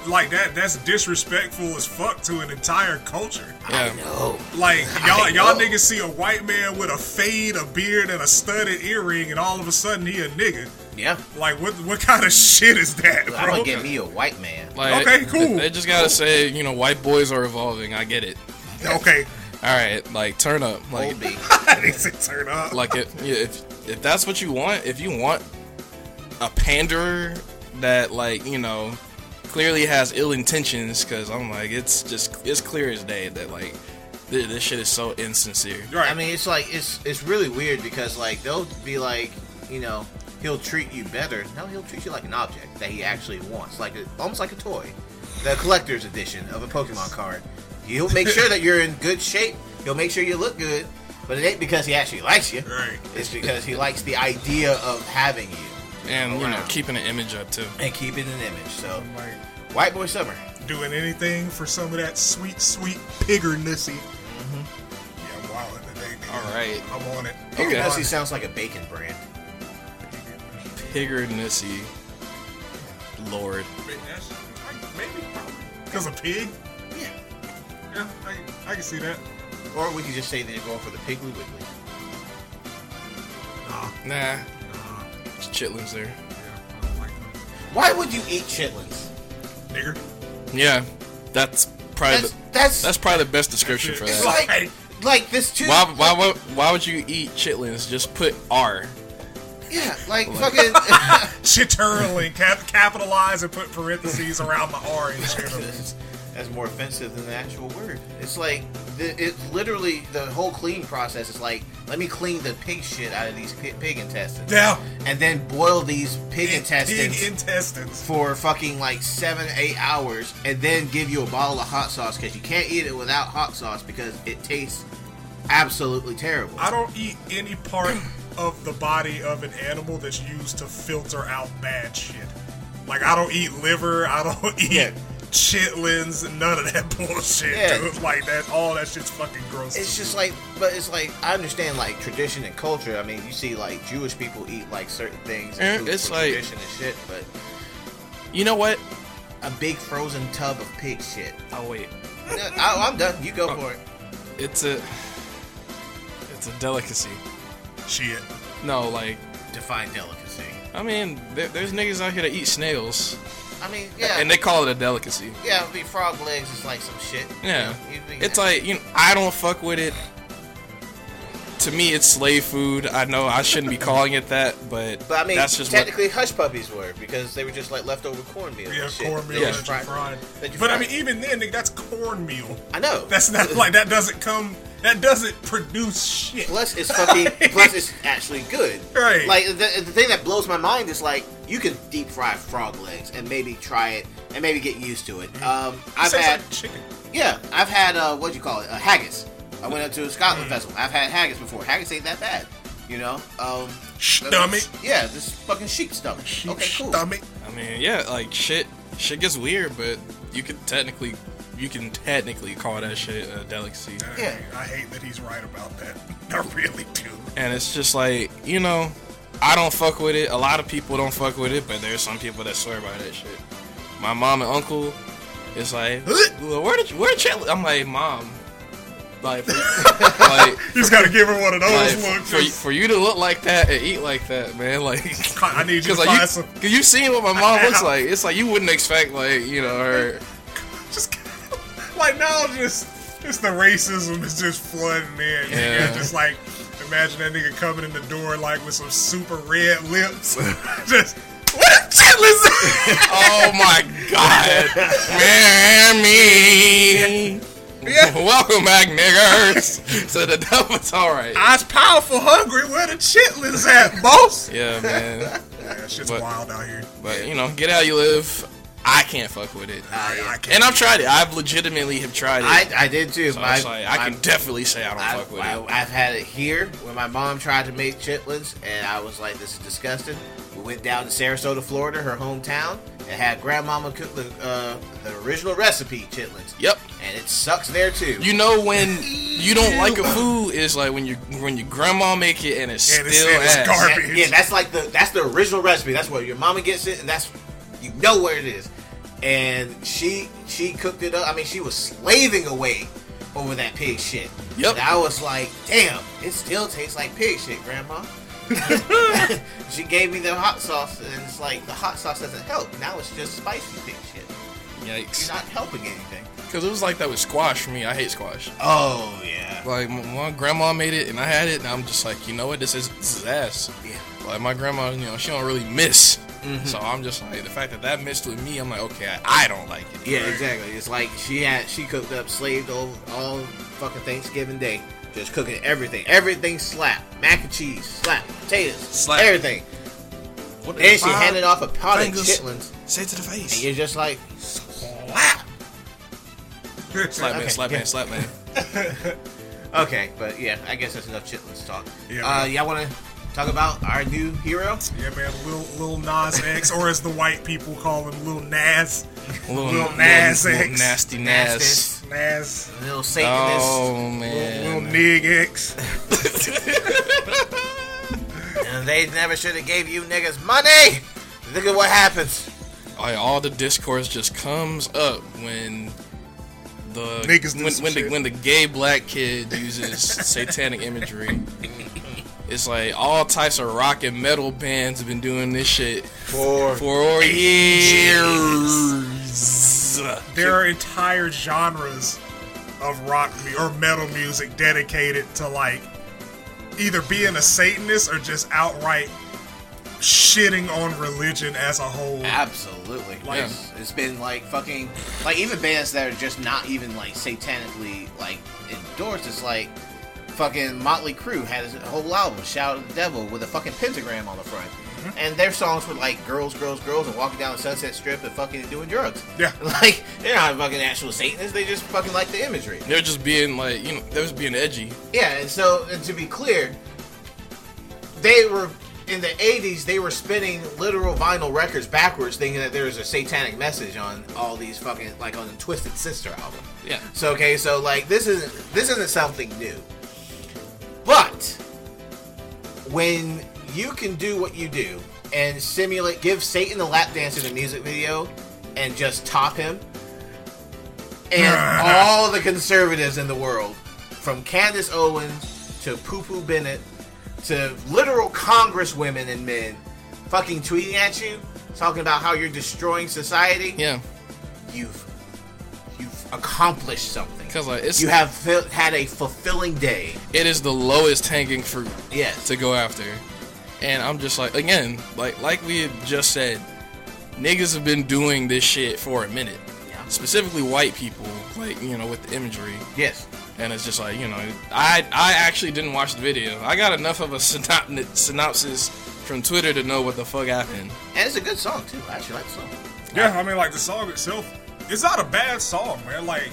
Speaker 2: like that. That's disrespectful as fuck to an entire culture.
Speaker 1: yeah,
Speaker 3: No.
Speaker 2: Like y'all,
Speaker 3: I
Speaker 2: y'all
Speaker 3: know.
Speaker 2: niggas see a white man with a fade, a beard, and a studded earring, and all of a sudden he a nigga.
Speaker 3: Yeah.
Speaker 2: Like what? What kind of shit is that,
Speaker 3: I'm
Speaker 2: bro?
Speaker 3: gonna get me a white man.
Speaker 1: like
Speaker 2: Okay, cool.
Speaker 1: They just gotta say you know white boys are evolving. I get it.
Speaker 2: Okay,
Speaker 1: All right, like turn up, like
Speaker 3: Old B.
Speaker 2: I need to turn up.
Speaker 1: like if yeah, if if that's what you want, if you want a panderer that like you know clearly has ill intentions, because I'm like it's just it's clear as day that like thi- this shit is so insincere.
Speaker 2: right.
Speaker 3: I mean, it's like it's it's really weird because like they'll be like, you know, he'll treat you better. No, he'll treat you like an object that he actually wants, like a, almost like a toy, the collector's edition of a Pokemon card. He'll make sure that you're in good shape. He'll make sure you look good, but it ain't because he actually likes you.
Speaker 2: Right.
Speaker 3: It's because he likes the idea of having you
Speaker 1: and you know
Speaker 3: around.
Speaker 1: keeping an image up too.
Speaker 3: and keeping an image. So,
Speaker 2: I'm like
Speaker 3: white boy summer.
Speaker 2: doing anything for some of that sweet, sweet piggernessy. Yeah, wow.
Speaker 1: All right.
Speaker 2: I'm on it.
Speaker 1: Okay.
Speaker 2: I'm on
Speaker 3: Honestly,
Speaker 2: it.
Speaker 3: sounds like a bacon brand.
Speaker 1: Piggernessy, Lord.
Speaker 2: Maybe because a pig.
Speaker 3: Yeah.
Speaker 2: Yeah, I, I can see that.
Speaker 3: Or we could just say they're going for the Piggly Wiggly.
Speaker 2: Nah,
Speaker 1: Nah,
Speaker 2: nah.
Speaker 1: it's chitlins there.
Speaker 2: Yeah, I don't like them.
Speaker 3: Why would you eat chitlins?
Speaker 2: Nigger.
Speaker 1: Yeah, that's probably
Speaker 3: That's
Speaker 1: the,
Speaker 3: that's,
Speaker 1: that's probably the best description for
Speaker 3: it's
Speaker 1: that.
Speaker 3: like like this too.
Speaker 1: Why, why, why, why would you eat chitlins? Just put R.
Speaker 3: Yeah, like fucking.
Speaker 2: chitterling, cap- capitalize and put parentheses around the R and shit.
Speaker 3: that's more offensive than the actual word. It's like the, it literally the whole clean process is like let me clean the pig shit out of these pig, pig intestines.
Speaker 2: Yeah.
Speaker 3: And then boil these pig intestines.
Speaker 2: Big intestines.
Speaker 3: for fucking like seven, eight hours, and then give you a bottle of hot sauce because you can't eat it without hot sauce because it tastes absolutely terrible.
Speaker 2: I don't eat any part of the body of an animal that's used to filter out bad shit. Like I don't eat liver. I don't eat
Speaker 3: Yeah.
Speaker 2: chitlins. None of that bullshit,
Speaker 3: Yeah.
Speaker 2: dude. Like that. All that shit's fucking gross.
Speaker 3: It's
Speaker 2: to me.
Speaker 3: just like, but it's like I understand like tradition and culture. I mean, you see like Jewish people eat like certain things.
Speaker 1: Eh,
Speaker 3: And food
Speaker 1: it's
Speaker 3: for
Speaker 1: like-
Speaker 3: tradition and shit, but
Speaker 1: You know what?
Speaker 3: a big frozen tub of pig shit.
Speaker 1: Oh wait,
Speaker 3: No,
Speaker 1: Oh.
Speaker 3: I, I'm done. You go for it.
Speaker 1: it's a it's a delicacy.
Speaker 2: Shit.
Speaker 1: No, like
Speaker 3: Define delicacy.
Speaker 1: I mean, there, there's niggas out here that eat snails,
Speaker 3: I mean, yeah.
Speaker 1: and they call it a delicacy.
Speaker 3: yeah, I mean, frog legs is like some shit.
Speaker 1: Yeah,
Speaker 3: You know, you-
Speaker 1: it's like you know, I don't fuck with it. To me, it's slave food. I know I shouldn't be calling it that, but,
Speaker 3: But I mean,
Speaker 1: that's just what-
Speaker 3: technically, hush puppies were because they were just like leftover cornmeal.
Speaker 2: Yeah,
Speaker 3: and shit.
Speaker 2: cornmeal
Speaker 1: Yeah.
Speaker 2: that you fried.
Speaker 3: That you
Speaker 2: But I
Speaker 3: fried.
Speaker 2: mean, even then, nigga, that's cornmeal.
Speaker 3: I know.
Speaker 2: That's not like that doesn't come. That doesn't produce shit.
Speaker 3: Plus, it's fucking. plus, it's actually good.
Speaker 2: Right.
Speaker 3: Like the, the thing that blows my mind is like you can deep fry frog legs and maybe try it and maybe get used to it.
Speaker 2: Mm-hmm.
Speaker 3: Um, I've
Speaker 2: Tastes like
Speaker 3: had
Speaker 2: chicken.
Speaker 3: yeah, I've had uh, what do you call it? A haggis. I went up to a Scotland
Speaker 2: Mm.
Speaker 3: festival. I've had haggis before. Haggis ain't that bad, you know. Um,
Speaker 2: Stomach.
Speaker 3: Yeah, this fucking sheep stomach. okay, cool.
Speaker 2: Stomach.
Speaker 1: I mean, yeah, like shit, shit gets weird, but you could technically, you can technically call that shit a delicacy.
Speaker 3: Yeah.
Speaker 2: I hate that he's right about that. I really do.
Speaker 1: and it's just like you know i don't fuck with it a lot of people don't fuck with it but there's some people that swear by that shit my mom and uncle it's like "Well, where did you where did you i'm like mom like for, like,
Speaker 2: He's got to give her one of
Speaker 1: like,
Speaker 2: those
Speaker 1: for,
Speaker 2: looks.
Speaker 1: for you to look like that and eat like that man like
Speaker 2: I need you to
Speaker 1: because
Speaker 2: find
Speaker 1: like you,
Speaker 2: some.
Speaker 1: cause you seen what my mom looks like it's like you wouldn't expect like you know her
Speaker 2: Just like now, just just the racism is just flooding in. Yeah.
Speaker 1: Yeah.
Speaker 2: Just like imagine that nigga coming in the door like with some super red lips. just what chitlins?
Speaker 1: oh my god man me
Speaker 2: Yeah.
Speaker 1: Welcome back, niggers, to the Dumb It's Alright.
Speaker 2: I was powerful hungry. Where the chitlins at, boss?
Speaker 1: Yeah, man.
Speaker 2: Yeah, that shit's
Speaker 1: But-
Speaker 2: wild out here.
Speaker 1: But you know, get how you live. I can't fuck with it.
Speaker 3: Ah, yeah.
Speaker 2: I can't.
Speaker 1: And I've tried it. I've legitimately have tried
Speaker 3: I,
Speaker 1: it.
Speaker 3: I did too.
Speaker 1: So
Speaker 3: My-
Speaker 1: it's like, I
Speaker 3: my-
Speaker 1: can definitely say I don't
Speaker 3: I've,
Speaker 1: fuck with
Speaker 3: I,
Speaker 1: it.
Speaker 3: have had it here when my mom tried to make chitlins, and I was like, "This is disgusting." We went down to Sarasota, Florida, her hometown, and had grandmama cook the, uh, the original recipe chitlins.
Speaker 1: Yep.
Speaker 3: and it sucks there too.
Speaker 1: You know when you don't like a food is like when you when your grandma make it and it's
Speaker 2: And it's-
Speaker 1: still
Speaker 2: and it's
Speaker 1: ass.
Speaker 2: garbage.
Speaker 3: That- yeah, that's like the that's the original recipe. That's where your mama gets it, and that's you know where it is. And she she cooked it up. I mean, she was slaving away over that pig shit.
Speaker 1: Yep.
Speaker 3: And I was like, damn, it still tastes like pig shit, grandma. she gave me the hot sauce, and it's like the hot sauce doesn't help. Now it's just spicy pig shit.
Speaker 1: Yikes!
Speaker 3: It's not helping anything.
Speaker 1: Because it was like that with squash for me. I hate squash.
Speaker 3: Oh yeah.
Speaker 1: Like m- my grandma made it and I had it and I'm just like, you know what? This is this is ass.
Speaker 3: Yeah.
Speaker 1: Like my grandma, you know, she don't really miss.
Speaker 3: Mm-hmm.
Speaker 1: So I'm just like the fact that that missed with me. I'm like, okay, I, I don't like it.
Speaker 3: Yeah, exactly. It's like she had she cooked up slaved all all fucking Thanksgiving day, just cooking everything. Everything slap, mac and cheese, slap, potatoes,
Speaker 1: Slap.
Speaker 3: everything.
Speaker 1: What
Speaker 3: Then
Speaker 1: if
Speaker 3: she
Speaker 1: I-
Speaker 3: handed off a pot of
Speaker 1: fingers.
Speaker 3: chitlins,
Speaker 1: Say it to the face.
Speaker 3: and you're just like,
Speaker 2: Slap.
Speaker 1: Slap man,
Speaker 3: Okay,
Speaker 1: slap
Speaker 3: yeah.
Speaker 1: man, slap man.
Speaker 3: okay, but yeah, I guess that's enough chitlins talk.
Speaker 2: Yeah,
Speaker 3: uh,
Speaker 2: man.
Speaker 3: y'all want to talk about our new hero?
Speaker 2: Yeah, man, Lil, Lil Nas X, or as the white people call him, Lil Nas.
Speaker 1: Little,
Speaker 2: Lil Nas
Speaker 1: little
Speaker 2: X.
Speaker 1: nasty Nas.
Speaker 2: Nas.
Speaker 3: little Satanist.
Speaker 1: Oh
Speaker 2: Lil
Speaker 1: man.
Speaker 2: Nig X.
Speaker 3: And they never should have gave you niggas money. Look at what happens.
Speaker 1: Like, all the discourse just comes up when the
Speaker 2: Niggas do
Speaker 1: when,
Speaker 2: some
Speaker 1: when the
Speaker 2: shit.
Speaker 1: when the gay black kid uses satanic imagery. It's like all types of rock and metal bands have been doing this shit
Speaker 3: For
Speaker 1: for years.
Speaker 2: There are entire genres of rock mu- or metal music dedicated to like either being a Satanist or just outright shitting on religion as a whole.
Speaker 3: Ah. Absolutely. Like it's- it's been like fucking like even bands that are just not even like satanically like endorsed. It's like fucking Motley Crue had a whole album "Shout at the Devil" with a fucking pentagram on the front, and their songs were like "Girls, Girls, Girls" and walking down the Sunset Strip and fucking doing drugs.
Speaker 2: Yeah.
Speaker 3: like they're not fucking actual Satanists. They just fucking like the imagery.
Speaker 1: They're just being like, you know, they're just being edgy.
Speaker 3: Yeah, and so and to be clear, they were in the '80s. They were spinning literal vinyl records backwards, thinking that there was a satanic message on all these fucking like on the Twisted Sister album.
Speaker 1: Yeah.
Speaker 3: So okay, so like this isn't this isn't something new, but when you can do what you do and simulate, give Satan the lap dance in a music video, and just top him, and all the conservatives in the world, from Candace Owens to Poo Poo Bennett to literal congresswomen and men fucking tweeting at you, talking about how you're destroying society,
Speaker 1: Yeah,
Speaker 3: you've you've accomplished something.
Speaker 1: because like it's
Speaker 3: You have fil- had a fulfilling day.
Speaker 1: it is the lowest hanging fruit
Speaker 3: Yes.
Speaker 1: to go after, and I'm just like again like like we had just said, niggas have been doing this shit for a minute,
Speaker 3: Yeah.
Speaker 1: specifically white people like you know with the imagery.
Speaker 3: Yes.
Speaker 1: and it's just like you know i i actually didn't watch the video i got enough of a synops- synopsis from twitter to know what the fuck happened
Speaker 3: And it's a good song too. I actually like the song.
Speaker 2: Yeah, I mean, like the song itself, it's not a bad song, man. Like,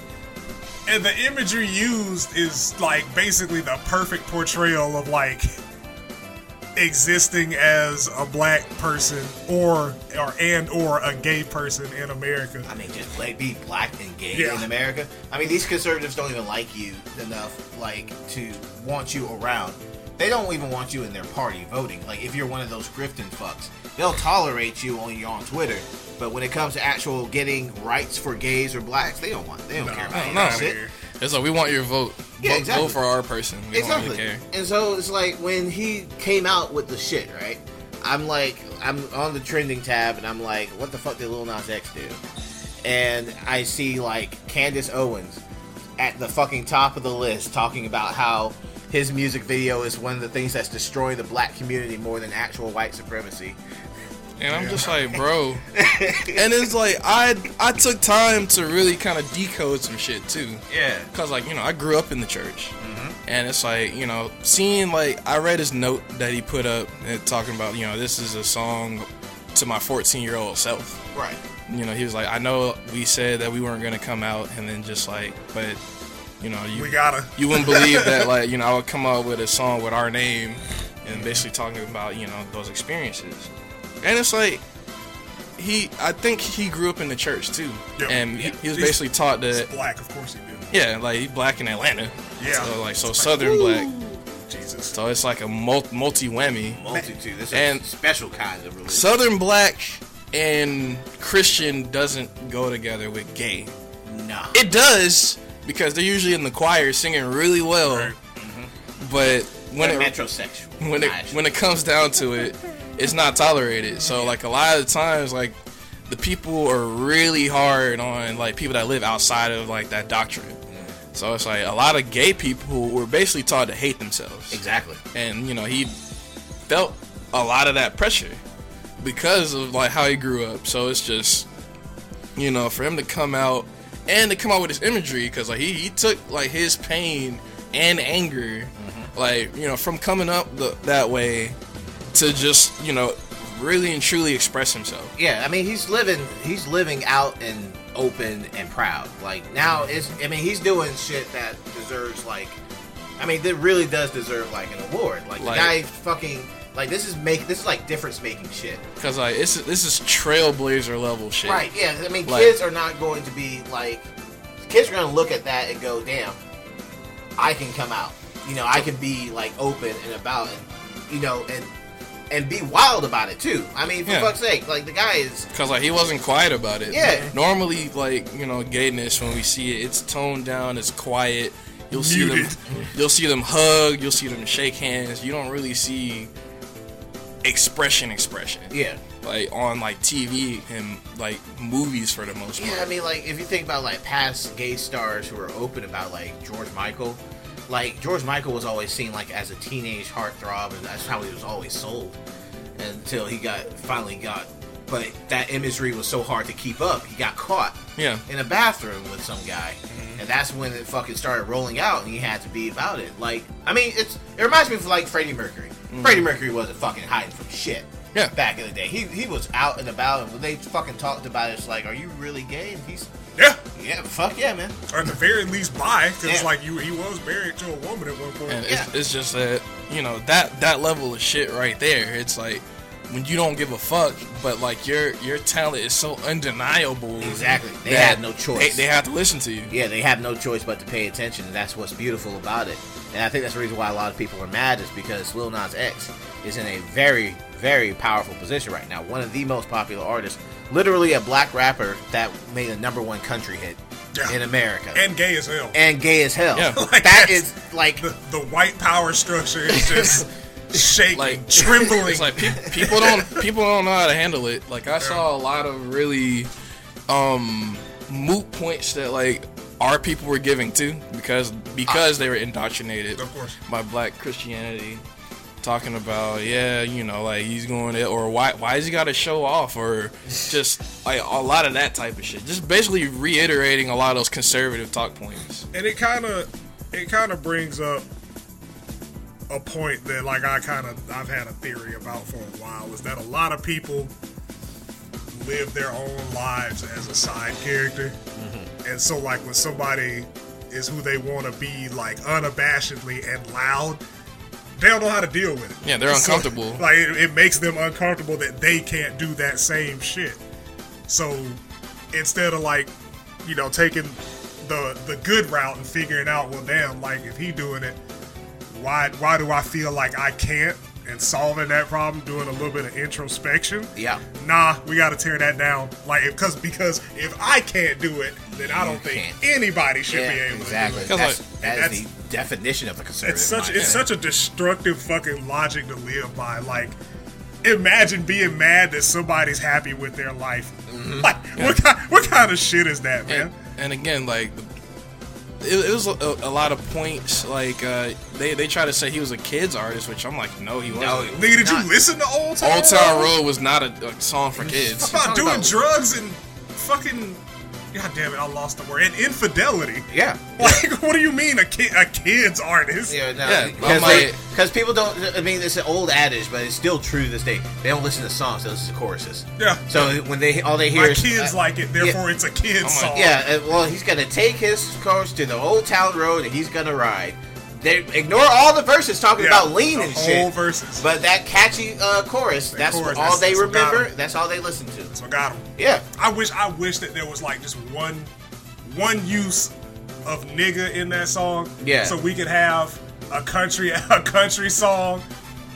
Speaker 2: and the imagery used is like basically the perfect portrayal of like existing as a black person or or and or a gay person in America.
Speaker 3: I mean, just play, be black and gay
Speaker 2: Yeah.
Speaker 3: in America. I mean, these conservatives don't even like you enough, like to want you around. They don't even want you in their party voting. Like if you're one of those grifting fucks, they'll tolerate you on you on Twitter. But when it comes to actual getting rights for gays or blacks, they don't want. They don't
Speaker 2: No,
Speaker 3: care about
Speaker 2: no,
Speaker 3: that
Speaker 2: no.
Speaker 3: shit.
Speaker 1: it's like we want your vote
Speaker 3: Yeah,
Speaker 1: vote,
Speaker 3: exactly.
Speaker 1: vote for our person we
Speaker 3: exactly.
Speaker 1: don't really care
Speaker 3: And so it's like when he came out with the shit, right? I'm like, I'm on the trending tab, and I'm like, what the fuck did Lil Nas X do? And I see like Candace Owens at the fucking top of the list talking about how his music video is one of the things that's destroying the black community more than actual white supremacy.
Speaker 1: and i'm just like bro and it's like i i took time to really kind of decode some shit too
Speaker 3: Yeah.
Speaker 1: because like you know i grew up in the church
Speaker 2: Mm-hmm.
Speaker 1: and it's like you know seeing like i read his note that he put up and talking about you know this is a song to my 14 year old self
Speaker 3: Right.
Speaker 1: you know, he was like, I know we said that we weren't gonna come out, and then just like, but you know,
Speaker 2: We
Speaker 1: you
Speaker 2: gotta.
Speaker 1: you wouldn't believe that, like, you know, I would come out with a song with our name, and basically talking about you know those experiences, and it's like. He, I think he grew up in the church too,
Speaker 2: Yep.
Speaker 1: and he, he was
Speaker 2: He's-
Speaker 1: basically taught
Speaker 2: It's
Speaker 1: that,
Speaker 2: black, of course he did.
Speaker 1: yeah, like he's black in Atlanta,
Speaker 2: Yeah.
Speaker 1: so like so Southern black,
Speaker 2: Jesus.
Speaker 1: so it's like a multi whammy.
Speaker 3: Multitude. This is
Speaker 1: And-
Speaker 3: a special kind of religion.
Speaker 1: Southern black and Christian doesn't go together with gay.
Speaker 3: nah.
Speaker 1: It does because they're usually in the choir singing really well,
Speaker 2: Right.
Speaker 1: but when
Speaker 3: They're
Speaker 1: it
Speaker 3: metrosexual.
Speaker 1: when it
Speaker 3: Nah, it's-
Speaker 1: when it comes down to it, it's not tolerated. So like a lot of the times, like the people are really hard on like people that live outside of like that doctrine. So it's like a lot of gay people were basically taught to hate themselves,
Speaker 3: exactly.
Speaker 1: and you know he felt a lot of that pressure because of like how he grew up. So it's just you know for him to come out and to come out with his imagery because like he, he took like his pain and anger like you know from coming up the, that way to just you know really and truly express himself.
Speaker 3: yeah, I mean he's living he's living out and open and proud. Like now it's I mean he's doing shit that deserves like I mean that really does deserve like an award. Like,
Speaker 1: Like-
Speaker 3: the guy fucking like this is make this is like difference making shit.
Speaker 1: Cause like this is this is trailblazer level shit.
Speaker 3: Right, yeah. I mean
Speaker 1: Like-
Speaker 3: kids are not going to be like kids are gonna look at that and go, damn, I can come out. You know, I can be like open and about and you know and and be wild about it too. I mean, for
Speaker 1: Yeah.
Speaker 3: fuck's sake, like the guy is
Speaker 1: Cause like he wasn't quiet about it.
Speaker 3: Yeah.
Speaker 1: Normally, like you know, gayness when we see it, it's toned down, it's quiet. You'll see
Speaker 2: Muted.
Speaker 1: them, you'll see them hug, you'll see them shake hands. You don't really see expression, expression.
Speaker 3: yeah.
Speaker 1: Like on like TV and like movies for the most part.
Speaker 3: Yeah, I mean, like if you think about like past gay stars who are open about like George Michael, like George Michael was always seen like as a teenage heartthrob, and that's how he was always sold until he got finally got. But that imagery was so hard to keep up, he got caught
Speaker 1: yeah.
Speaker 3: in a bathroom with some guy, and that's when it fucking started rolling out, and he had to be about it. Like, I mean, it's it reminds me of like Freddie Mercury. Freddie Mercury wasn't fucking hiding from shit.
Speaker 1: Yeah.
Speaker 3: Back in the day, he, he was out and about, and when they fucking talked about it, it's like, are you really gay? And he's
Speaker 2: Yeah.
Speaker 3: yeah, fuck yeah, man.
Speaker 2: Or at the very least, bi, because
Speaker 3: Yeah.
Speaker 2: like you, he was married to a woman at one point.
Speaker 1: And it's,
Speaker 3: Yeah.
Speaker 1: it's just that you know that that level of shit right there. It's like when you don't give a fuck, but like your your talent is so undeniable.
Speaker 3: Exactly. They
Speaker 1: that
Speaker 3: had no choice.
Speaker 1: They, they have to listen to you.
Speaker 3: Yeah, they have no choice but to pay attention, and that's what's beautiful about it. And I think that's the reason why a lot of people are mad is because Lil Nas X is in a very, very powerful position right now. One of the most popular artists, literally a black rapper that made a number one country hit
Speaker 2: Yeah.
Speaker 3: in America, and,
Speaker 2: and gay as hell.
Speaker 3: gay as hell.
Speaker 1: Yeah.
Speaker 2: Like,
Speaker 3: that
Speaker 2: that's-
Speaker 3: is like
Speaker 2: the, the white power structure is just shaking,
Speaker 1: Like-
Speaker 2: trembling.
Speaker 1: It's like pe- people don't people don't know how to handle it. Like I saw a lot of really um moot points that like our people were giving too because because they were indoctrinated
Speaker 2: Of course.
Speaker 1: by black Christianity. Talking about yeah, you know, like he's going to or why why has he got to show off or just like a lot of that type of shit. Just basically reiterating a lot of those conservative talk points.
Speaker 2: and it kind of it kind of brings up a point that like I kind of I've had a theory about for a while is that a lot of people live their own lives as a side character,
Speaker 1: Mm-hmm.
Speaker 2: and so like when somebody is who they want to be like unabashedly and loud. They don't know how to deal with it.
Speaker 1: Yeah, they're
Speaker 2: So,
Speaker 1: uncomfortable.
Speaker 2: like it, it makes them uncomfortable that they can't do that same shit. So instead of like, you know, taking the the good route and figuring out, well, damn, like if he doing it, why why do I feel like I can't? And solving that problem, doing a little bit of introspection.
Speaker 3: Yeah.
Speaker 2: Nah, we got to tear that down. Like, because because if I can't do it, then I
Speaker 3: You
Speaker 2: don't think
Speaker 3: can't.
Speaker 2: anybody should
Speaker 3: yeah,
Speaker 2: be able
Speaker 3: exactly.
Speaker 2: to do
Speaker 1: 'Cause,
Speaker 2: it.
Speaker 3: That's,
Speaker 1: like,
Speaker 3: that
Speaker 2: that's-
Speaker 3: is the definition of the conservative.
Speaker 2: It's such it's
Speaker 3: mindset.
Speaker 2: such a destructive fucking logic to live by. Like, imagine being mad that somebody's happy with their life.
Speaker 3: Mm-hmm.
Speaker 2: Like, what kind what kind of shit is that, man?
Speaker 1: and, and again, like it, it was a, a lot of points. Like uh, they they try to say he was a kids artist, which I'm like, no, he wasn't.
Speaker 2: Nigga, did
Speaker 3: Not-
Speaker 2: you listen to Old Town?
Speaker 1: Old Town
Speaker 2: Road?
Speaker 1: Road was not a, a song for kids.
Speaker 2: About
Speaker 3: Talking
Speaker 2: doing
Speaker 3: about-
Speaker 2: drugs and fucking. God damn it, I lost the word. And infidelity.
Speaker 3: Yeah.
Speaker 2: Like, what do you mean a kid a kid's artist?
Speaker 3: Yeah,
Speaker 1: Yeah,
Speaker 3: no,
Speaker 1: I'm
Speaker 3: because they
Speaker 1: like-
Speaker 3: because people don't. I mean, it's an old adage, but it's still true to this day. They don't listen to songs; they listen to choruses.
Speaker 2: Yeah.
Speaker 3: So when they all they hear
Speaker 2: My
Speaker 3: is
Speaker 2: kids
Speaker 3: uh,
Speaker 2: like it, therefore it's a kid's
Speaker 1: like,
Speaker 2: song.
Speaker 3: Yeah, uh, well, he's gonna take his course to the old town road, and he's gonna ride. They ignore all the verses talking
Speaker 2: Yeah,
Speaker 3: about lean
Speaker 2: the
Speaker 3: and
Speaker 2: whole
Speaker 3: shit,
Speaker 2: verses.
Speaker 3: but that catchy uh, chorus—that's all
Speaker 2: chorus, that's-
Speaker 3: they
Speaker 2: that's what got
Speaker 3: remember.
Speaker 2: 'em.
Speaker 3: That's all they listen to.
Speaker 2: So I got 'em.
Speaker 3: Yeah,
Speaker 2: I wish I wish that there was like just one one use of nigga in that song.
Speaker 3: Yeah.
Speaker 2: So we could have a country a country song.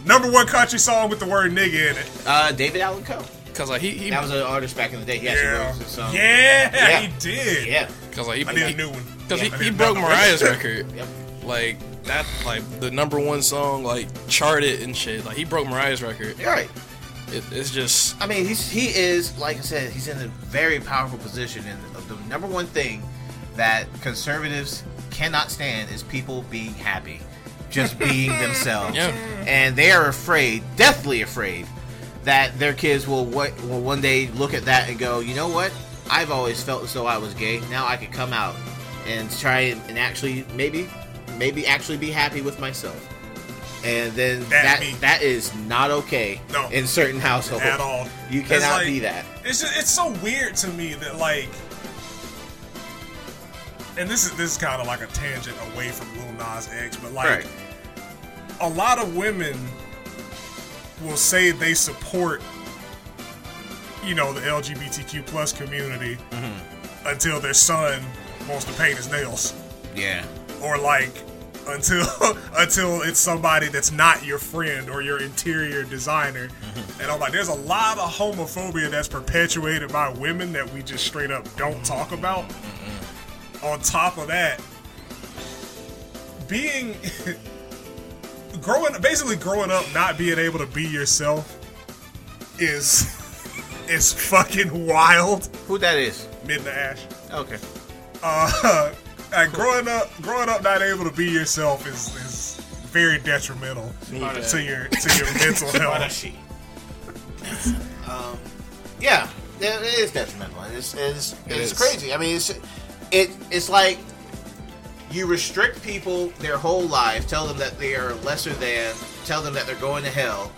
Speaker 2: Number one country song with the word nigga in it.
Speaker 3: uh, David Allen Coe.
Speaker 1: Cause like he, he
Speaker 3: That was an artist back in the day. He actually
Speaker 2: Yeah.
Speaker 3: wrote this song.
Speaker 2: yeah,
Speaker 3: Yeah.
Speaker 2: he did.
Speaker 3: yeah,
Speaker 1: cause like he,
Speaker 2: I need a new one.
Speaker 1: Cause
Speaker 2: I
Speaker 1: he,
Speaker 2: need
Speaker 1: he broke
Speaker 2: another one.
Speaker 1: Mariah's record.
Speaker 3: yep.
Speaker 1: Like that, like the number one song, like charted and shit. Like he broke Mariah's record.
Speaker 3: You're right.
Speaker 1: It, it's just
Speaker 3: I mean, he's he is like I said, he's in a very powerful position, and the number one thing that conservatives cannot stand is people being happy, just being themselves,
Speaker 1: Yeah.
Speaker 3: and they are afraid, deathly afraid, that their kids will what will one day look at that and go, you know what? I've always felt as though I was gay. Now I could come out and try and, and actually maybe maybe actually be happy with myself. And then that
Speaker 2: That me.
Speaker 3: that is not okay
Speaker 2: No.
Speaker 3: in certain households
Speaker 2: at all.
Speaker 3: You
Speaker 2: It's
Speaker 3: cannot
Speaker 2: like-
Speaker 3: be that.
Speaker 2: It's just, it's so weird to me that like, and this is this is kind of like a tangent away from Lil Nas X, but like,
Speaker 3: Right.
Speaker 2: a lot of women will say they support, you know, the LGBTQ plus community
Speaker 3: Mm-hmm.
Speaker 2: until their son wants to paint his nails
Speaker 3: Yeah.
Speaker 2: or like until until it's somebody that's not your friend or your interior designer. And I'm like, there's a lot of homophobia that's perpetuated by women that we just straight up don't talk about. On top of that, being growing basically growing up not being able to be yourself is is fucking wild.
Speaker 3: Who that is?
Speaker 2: Midnight Ash
Speaker 3: Okay.
Speaker 2: uh, like growing up, growing up not able to be yourself is, is very detrimental to your to your mental health.
Speaker 3: she? um, yeah, it, it is detrimental. It's it's,
Speaker 1: is.
Speaker 3: it's crazy. I mean, it's it it's like you restrict people their whole life, tell them that they are lesser than, tell them that they're going to hell,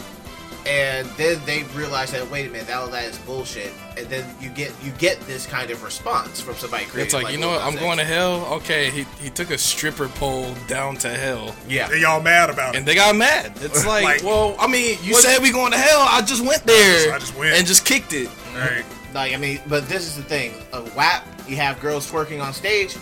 Speaker 3: and then they realize that wait a minute, that that is bullshit, and then you get you get this kind of response from somebody. Creative,
Speaker 1: it's like, you know what?
Speaker 3: Lil
Speaker 1: I'm
Speaker 3: Nas
Speaker 1: going to
Speaker 3: X.
Speaker 1: hell. Okay, he he took a stripper pole down to hell.
Speaker 3: yeah.
Speaker 2: And y'all mad about
Speaker 1: and
Speaker 2: it?
Speaker 1: they got mad. It's like,
Speaker 2: Like-
Speaker 1: well, I mean, you
Speaker 2: What-
Speaker 1: said we going to hell. I just went there.
Speaker 2: I just went.
Speaker 1: and just kicked it.
Speaker 2: Right.
Speaker 3: Like I mean, but this is the thing: a WAP, you have girls twerking on stage.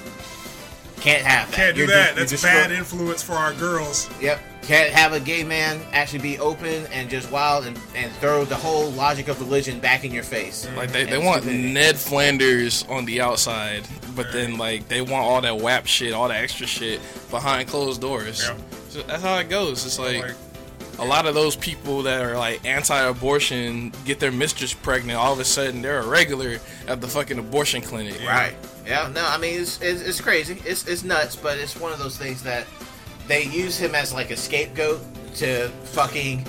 Speaker 3: Can't have that.
Speaker 2: Can't do
Speaker 3: You're
Speaker 2: that.
Speaker 3: de- you're
Speaker 2: That's bad
Speaker 3: destroy-
Speaker 2: influence for our girls.
Speaker 3: Yep. Can't have a gay man actually be open and just wild and, and throw the whole logic of religion back in your face.
Speaker 1: Like they, they
Speaker 3: And
Speaker 1: want
Speaker 3: stupidity.
Speaker 1: Ned Flanders on the outside, but then like they want all that WAP shit, all that extra shit behind closed doors.
Speaker 2: Yeah.
Speaker 1: So that's how it goes. It's like,
Speaker 2: Like,
Speaker 1: a lot of those people that are like anti-abortion get their mistress pregnant. All of a sudden, they're a regular at the fucking abortion clinic.
Speaker 3: Right. Yeah. No, I mean it's, it's it's crazy. It's it's nuts, but it's one of those things that they use him as like a scapegoat to fucking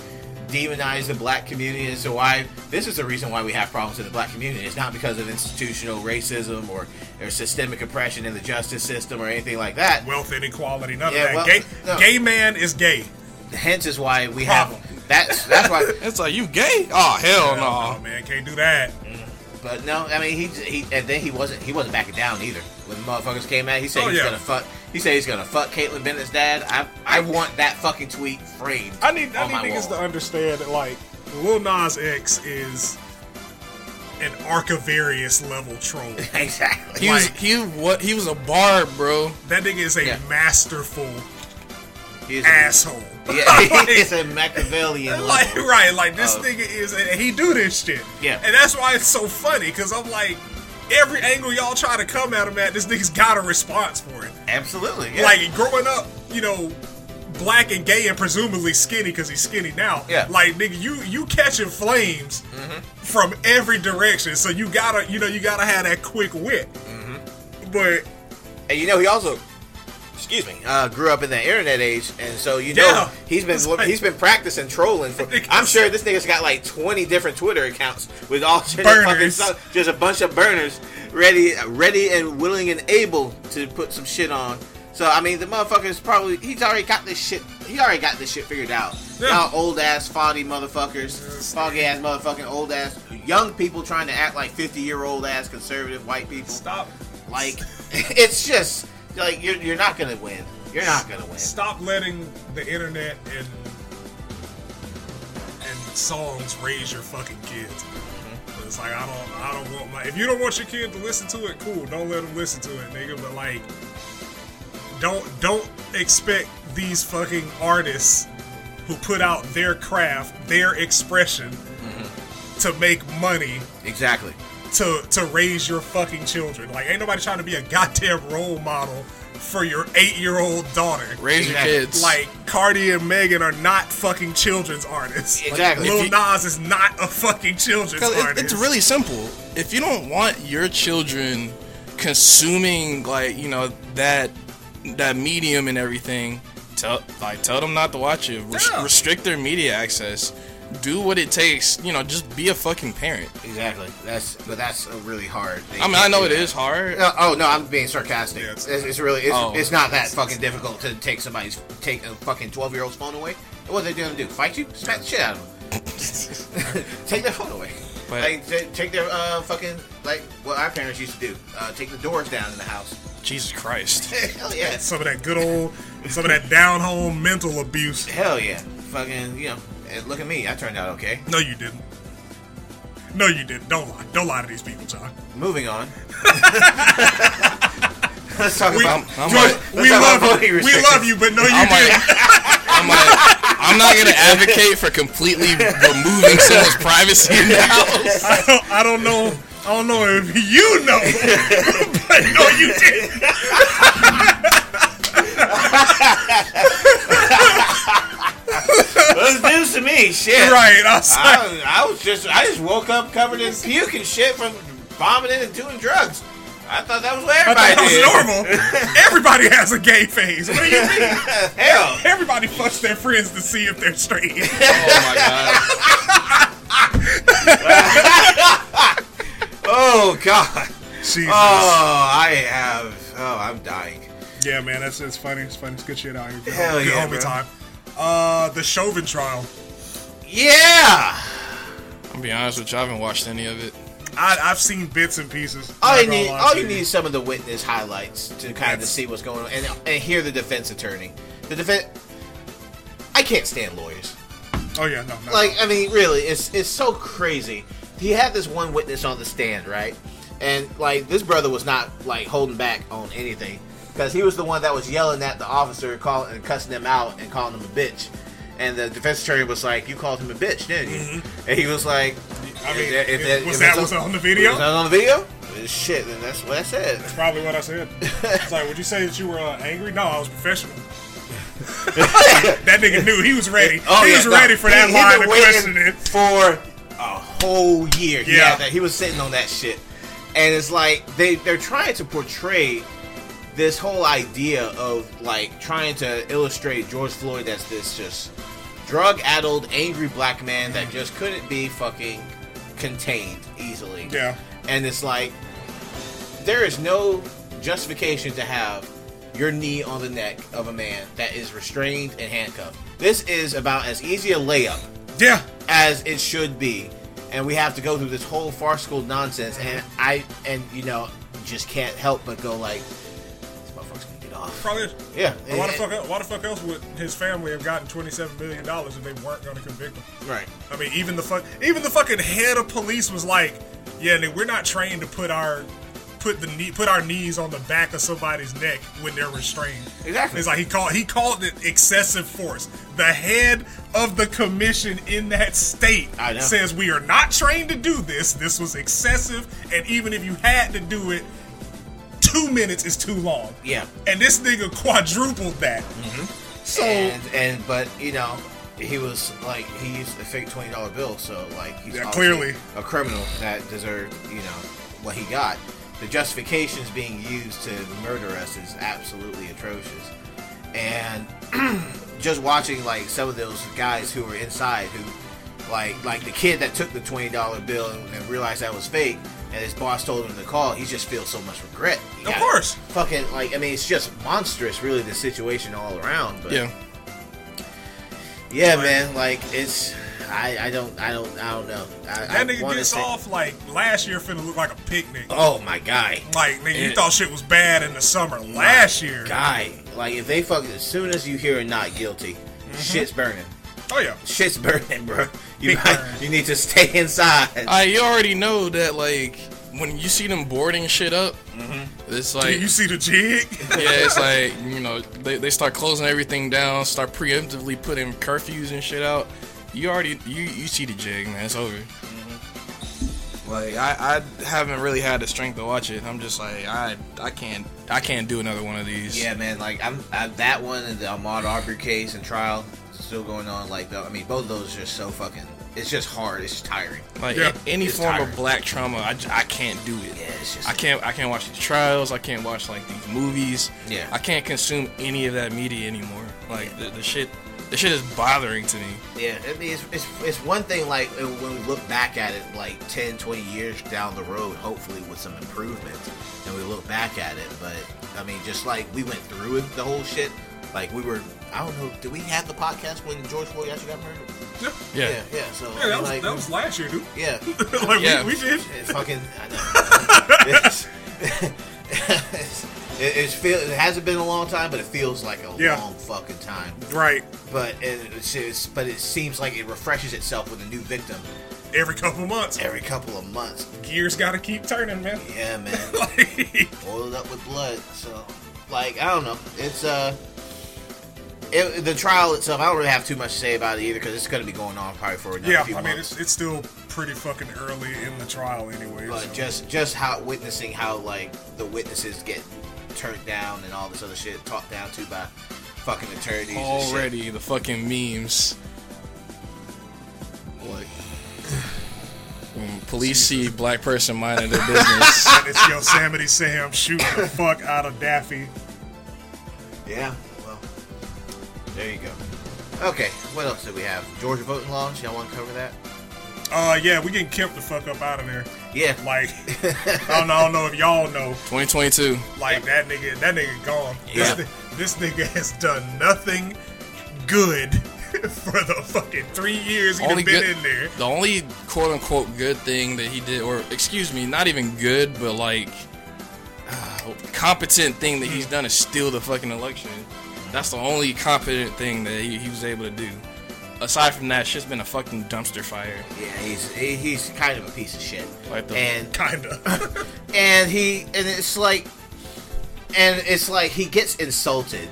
Speaker 3: demonize the black community and so why this is the reason why we have problems in the black community it's not because of institutional racism or, or systemic oppression in the justice system or anything like that
Speaker 2: Wealth inequality, none
Speaker 3: Yeah,
Speaker 2: of that.
Speaker 3: well,
Speaker 2: gay,
Speaker 3: no.
Speaker 2: gay man is gay.
Speaker 3: hence is why we
Speaker 2: Problem.
Speaker 3: have that's that's why
Speaker 1: It's like you gay? Oh hell
Speaker 2: Oh,
Speaker 1: no!
Speaker 2: man, can't do that.
Speaker 3: But no, I mean he, he and then he wasn't he wasn't backing down either. When the motherfuckers came out, he said
Speaker 2: Oh,
Speaker 3: he's
Speaker 2: yeah.
Speaker 3: gonna fuck. He said he's gonna fuck Caitlyn Bennett's dad. I I want that fucking tweet framed.
Speaker 2: I need I
Speaker 3: on my
Speaker 2: need niggas
Speaker 3: wall.
Speaker 2: to understand that like Lil Nas X is an Archivarius level troll.
Speaker 3: exactly.
Speaker 1: He was
Speaker 2: Like-
Speaker 1: he what he was a bard, bro.
Speaker 2: that nigga is a
Speaker 3: Yeah.
Speaker 2: masterful
Speaker 3: He's
Speaker 2: asshole.
Speaker 3: A, yeah,
Speaker 2: Like-
Speaker 3: he's a Machiavellian.
Speaker 2: like
Speaker 3: level.
Speaker 2: right, like this
Speaker 3: Uh,
Speaker 2: nigga is, and he do this shit.
Speaker 3: Yeah.
Speaker 2: and that's why it's so funny because I'm like, every angle y'all try to come at him at, this nigga's got a response for it.
Speaker 3: Absolutely. Yeah.
Speaker 2: Like growing up, you know, black and gay and presumably skinny because he's skinny now.
Speaker 3: Yeah. Mm-hmm.
Speaker 2: like nigga, you you catching flames from every direction, so you gotta you know you gotta have that quick wit.
Speaker 3: Mm-hmm.
Speaker 2: But
Speaker 3: and you know he also. Excuse me. Uh, grew up in the internet age, and so you know
Speaker 2: Yeah.
Speaker 3: he's been
Speaker 2: It's like-
Speaker 3: he's been practicing trolling. For,
Speaker 2: Niggas-
Speaker 3: I'm sure this nigga's got like 20 different Twitter accounts with all fucking
Speaker 2: Burners.
Speaker 3: stuff, just a bunch of burners, ready, ready and willing and able to put some shit on. So I mean, the motherfucker's probably he's already got this shit. He already got this shit figured out.
Speaker 2: Yeah.
Speaker 3: Y'all old ass foggy motherfuckers, foggy ass motherfucking old ass young people trying to act like 50 year old ass conservative white people.
Speaker 2: stop,
Speaker 3: Like, it's just like you're you're not gonna win. You're not gonna win.
Speaker 2: stop letting the internet and and songs raise your fucking kids. It's like I don't, I don't want my. If you don't want your kid to listen to it, cool. Don't let them listen to it, nigga. But like, don't don't expect these fucking artists who put out their craft, their expression, to make money
Speaker 3: Exactly.
Speaker 2: to to raise your fucking children. Like, ain't nobody trying to be a goddamn role model for your eight year old daughter.
Speaker 1: Raise your
Speaker 3: Exactly.
Speaker 1: kids.
Speaker 2: Like Cardi and Megan are not fucking children's artists.
Speaker 3: Exactly.
Speaker 2: Lil
Speaker 1: If you-
Speaker 2: Nas is not a fucking children's
Speaker 1: 'Cause it-
Speaker 2: artist.
Speaker 1: it's really simple. If you don't want your children consuming like you know that that medium and everything, tell like tell them not to watch it. Res-
Speaker 2: Yeah.
Speaker 1: Restrict their media access. Do what it takes. You know, just be a fucking parent.
Speaker 3: Exactly. That's but that's a really hard. Thing
Speaker 1: I mean, I know it is hard.
Speaker 3: No, oh no, I'm being sarcastic.
Speaker 2: Yeah,
Speaker 3: it's,
Speaker 2: it's-
Speaker 3: it's really it's,
Speaker 1: Oh.
Speaker 3: it's not that fucking difficult to take somebody's take a fucking twelve year old's phone away. And what are they gonna do? Fight you? Smack the shit out of them. take their phone away.
Speaker 1: But-
Speaker 3: like, ta- take their uh, fucking like what our parents used to do. Uh, take the doors down in the house.
Speaker 1: Jesus Christ.
Speaker 3: Hell yeah.
Speaker 2: some of that good old, some of that down home mental abuse.
Speaker 3: Hell yeah. Fucking you know. and Look at me. I turned out okay.
Speaker 2: No, you didn't. No, you didn't. Don't lie. Don't lie to these people, John.
Speaker 3: Moving on. Let's talk
Speaker 2: We,
Speaker 3: about.
Speaker 1: I'm
Speaker 2: George,
Speaker 1: like-
Speaker 2: we
Speaker 3: That's how
Speaker 2: love
Speaker 3: my voting
Speaker 2: you. We
Speaker 3: restrictions.
Speaker 2: love you, but no, you
Speaker 1: I'm
Speaker 2: didn't.
Speaker 1: like, I'm like, I'm not gonna advocate for completely removing someone's privacy in the house.
Speaker 2: I don't, I don't know. I don't know if you know, but no, you didn't.
Speaker 3: That's news to me. Shit.
Speaker 2: Right. I was like,
Speaker 3: I, I was just I just woke up covered in puke and shit from vomiting and doing drugs. I thought that was what
Speaker 2: I thought
Speaker 3: everybody
Speaker 2: that was
Speaker 3: did.
Speaker 2: normal. Everybody has a gay phase. What do you mean?
Speaker 3: Hell,
Speaker 2: Everybody fucks their friends to see if they're straight.
Speaker 1: Oh my god.
Speaker 3: oh god,
Speaker 2: Jesus.
Speaker 3: oh I have, oh I'm dying.
Speaker 2: yeah, man, that's it's funny. It's funny. It's good shit out here. Good,
Speaker 3: Hell
Speaker 2: good
Speaker 3: yeah,
Speaker 2: homie
Speaker 3: bro.
Speaker 2: time. Uh, the Chauvin trial.
Speaker 3: Yeah,
Speaker 1: I'm gonna be honest with you, I haven't watched any of it.
Speaker 2: I, I've seen bits and pieces.
Speaker 3: all
Speaker 2: Not
Speaker 3: you
Speaker 2: gonna
Speaker 3: need,
Speaker 2: lie
Speaker 3: all
Speaker 2: to
Speaker 3: you need is some of the witness highlights to kind of
Speaker 2: That's-
Speaker 3: see what's going on and and hear the defense attorney. The defense, I can't stand lawyers.
Speaker 2: Oh yeah, no, no.
Speaker 3: like I mean, really, it's it's so crazy. He had this one witness on the stand, right? And like this brother was not like holding back on anything because he was the one that was yelling at the officer, calling and cussing him out and calling him a bitch. And the defense attorney was like, "You called him a bitch, didn't you?" And he was like,
Speaker 2: Mm-hmm. I mean,
Speaker 3: if- if- if
Speaker 2: was
Speaker 3: it's
Speaker 2: that
Speaker 3: on-
Speaker 2: was on the video?
Speaker 3: "Was that on the video?" Shit, then that's what I said.
Speaker 2: Probably what I said. It's like, would you say that you were uh, angry? No, I was professional. That nigga knew he was ready.
Speaker 3: Oh,
Speaker 2: he
Speaker 3: yeah,
Speaker 2: was
Speaker 3: no,
Speaker 2: ready for that
Speaker 3: he- he
Speaker 2: line
Speaker 3: been
Speaker 2: of
Speaker 3: waiting
Speaker 2: questioning.
Speaker 3: for a whole year. Yeah,
Speaker 2: Yeah.
Speaker 3: that he was sitting on that shit, and it's like they they're trying to portray this whole idea of like trying to illustrate George Floyd as this just drug-addled, angry black man that just couldn't be fucking contained easily.
Speaker 2: Yeah.
Speaker 3: and it's like there is no justification to have your knee on the neck of a man that is restrained and handcuffed. This is about as easy a layup
Speaker 2: Yeah.
Speaker 3: as it should be, and we have to go through this whole farcical nonsense. And I and you know just can't help but go like, this motherfucker's gonna get off.
Speaker 2: Probably. is.
Speaker 3: Yeah,
Speaker 2: And Why the
Speaker 3: it-
Speaker 2: fuck? el- Why the fuck else would his family have gotten twenty-seven million dollars if they weren't going to convict him?
Speaker 3: Right.
Speaker 2: I mean, even the fuck, even the fucking head of police was like, "Yeah, nigga, we're not trained to put our put the knee put our knees on the back of somebody's neck when they're restrained."
Speaker 3: Exactly.
Speaker 2: It's like he called he called it excessive force. The head of the commission in that state
Speaker 3: I know.
Speaker 2: says we are not trained to do this. This was excessive, and even if you had to do it, two minutes is too long.
Speaker 3: Yeah.
Speaker 2: And this nigga quadrupled that. So
Speaker 3: and and but you know he was like he used a fake twenty dollar bill, so like he's
Speaker 2: Yeah,
Speaker 3: obviously
Speaker 2: clearly.
Speaker 3: a criminal that deserved you know what he got. The justifications being used to murder us is absolutely atrocious, and just watching like some of those guys who were inside who like like the kid that took the twenty dollar bill and, and realized that was fake. And his boss told him to call. He just feels so much regret. He
Speaker 2: Of
Speaker 3: got
Speaker 2: course.
Speaker 3: fucking like I mean, it's just monstrous, really, the situation all around. But
Speaker 1: Yeah.
Speaker 3: yeah,
Speaker 2: Like-
Speaker 3: man. Like it's, I, I don't, I don't, I don't know. I,
Speaker 2: that
Speaker 3: I
Speaker 2: nigga
Speaker 3: wanna
Speaker 2: gets
Speaker 3: say-
Speaker 2: off like last year finna look like a picnic.
Speaker 3: Oh my guy,
Speaker 2: Like, nigga, you
Speaker 1: Yeah.
Speaker 2: thought shit was bad in the summer last year.
Speaker 3: guy. Like if they fuck, as soon as you hear not guilty, shit's burning.
Speaker 2: Oh yeah.
Speaker 3: Shit's burning, bro.
Speaker 2: Mm-hmm.
Speaker 3: You
Speaker 2: Big
Speaker 3: might,
Speaker 2: burn.
Speaker 3: you need to stay inside.
Speaker 1: I you already know that like when you see them boarding shit up, it's like
Speaker 2: you see the jig?
Speaker 1: yeah, it's like you know they, they start closing everything down, start preemptively putting curfews and shit out. You already you you see the jig, man. It's over. Mm-hmm. Like I, I haven't really had the strength to watch it. I'm just like I I can't I can't do another one of these.
Speaker 3: yeah, man. Like I'm, I, that one and the Ahmad Arbery case and trial still going on. Like though, I mean, both of those are just so fucking. It's just hard. It's tiring.
Speaker 1: Like
Speaker 2: Yeah.
Speaker 1: a- any
Speaker 3: It's
Speaker 1: form
Speaker 3: tiring.
Speaker 1: of black trauma, I, j- I can't do it.
Speaker 3: Yeah, it's just.
Speaker 1: I can't I can't watch these trials. I can't watch like these movies.
Speaker 3: Yeah.
Speaker 1: I can't consume any of that media anymore. Like the, the shit the shit is bothering to me.
Speaker 3: Yeah, I mean, it's, it's, it's one thing, like, uh, when we look back at it, like, 10, 20 years down the road, hopefully with some improvements, and we look back at it, but, I mean, just like we went through it, the whole shit, like, we were, I don't know, did we have the podcast when George Floyd actually got murdered?
Speaker 2: yeah,
Speaker 1: Yeah.
Speaker 3: yeah, yeah, so, I
Speaker 2: Yeah, that
Speaker 3: mean,
Speaker 2: was
Speaker 3: like,
Speaker 2: that was last year, dude.
Speaker 3: yeah,
Speaker 2: like
Speaker 1: Yeah.
Speaker 2: we, we did.
Speaker 3: it fucking, I know. it's, it's, it's feel, it hasn't been a long time, but it feels like a
Speaker 2: Yeah.
Speaker 3: long fucking time.
Speaker 2: Right.
Speaker 3: But it, it's, it's, but it seems like it refreshes itself with a new victim
Speaker 2: Every couple months.
Speaker 3: every couple of months.
Speaker 2: Gears gotta keep turning, man.
Speaker 3: Yeah, man.
Speaker 2: like
Speaker 3: Boiled up with blood. So, like, I don't know. It's, uh, it, the trial itself, I don't really have too much to say about it either because it's going to be going on probably for another
Speaker 2: Yeah,
Speaker 3: few
Speaker 2: I mean
Speaker 3: months.
Speaker 2: it's, it's still pretty fucking early in the trial anyway.
Speaker 3: but
Speaker 2: so.
Speaker 3: just, just how witnessing how, like, the witnesses get turned down and all this other shit talked down to by fucking attorneys. and shit.
Speaker 1: Already the fucking memes. Like when police see black person minding their business.
Speaker 2: And it's Yosemite Sam shooting the fuck out of Daffy.
Speaker 3: Yeah, well, there you go. Okay, what else do we have? Georgia voting laws? Y'all want to cover that?
Speaker 2: Uh yeah, we getting Kemp the fuck up out of there.
Speaker 3: Yeah.
Speaker 2: Like I don't know, I don't know if y'all know.
Speaker 1: 2022.
Speaker 2: Like that nigga, that nigga gone.
Speaker 3: Yeah.
Speaker 2: This, ni- this nigga has done nothing good for the fucking three years he's been
Speaker 1: Only good,
Speaker 2: in there.
Speaker 1: The only quote unquote good thing that he did, or excuse me, not even good, but like uh, competent thing that
Speaker 2: Hmm.
Speaker 1: he's done is steal the fucking election. That's the only competent thing that he, he was able to do. Aside from that, shit's been a fucking dumpster fire.
Speaker 3: Yeah, he's he- he's kind of a piece of shit.
Speaker 1: Like the-
Speaker 3: and
Speaker 2: Kinda.
Speaker 3: and he and it's like and it's like he gets insulted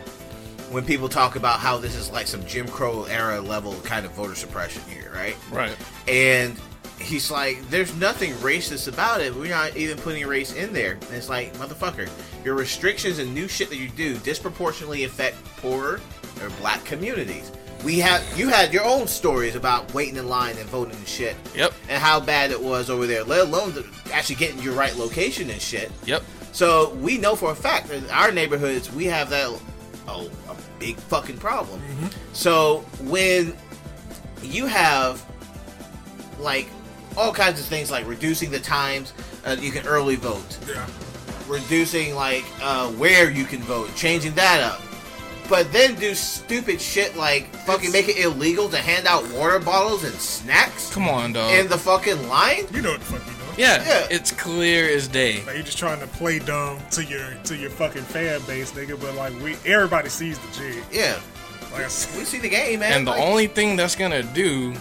Speaker 3: when people talk about how this is like some Jim Crow era level kind of voter suppression here, right?
Speaker 1: Right.
Speaker 3: And he's like, "There's nothing racist about it. We're not even putting race in there." And it's like, motherfucker, your restrictions and new shit that you do disproportionately affect poorer or black communities. We have you had your own stories about waiting in line and voting and shit,
Speaker 1: Yep.
Speaker 3: and how bad it was over there. Let alone the, actually getting your right location and shit.
Speaker 1: Yep.
Speaker 3: So we know for a fact that in our neighborhoods we have that oh, a big fucking problem.
Speaker 1: Mm-hmm.
Speaker 3: So when you have like all kinds of things like reducing the times uh, you can early vote,
Speaker 2: Yeah.
Speaker 3: reducing like uh, where you can vote, changing that up. But then do stupid shit like fucking make it illegal to hand out water bottles and snacks
Speaker 1: Come on, dog.
Speaker 3: in the fucking line.
Speaker 2: You know what the fuck you doing.
Speaker 1: yeah,
Speaker 3: yeah.
Speaker 1: it's clear as day.
Speaker 2: Like you're just trying to play dumb to your to your fucking fan base, nigga. But like we, everybody sees the jig.
Speaker 3: Yeah,
Speaker 2: Like I said,
Speaker 3: we see the game, man.
Speaker 1: And the
Speaker 3: Like,
Speaker 1: only thing that's gonna do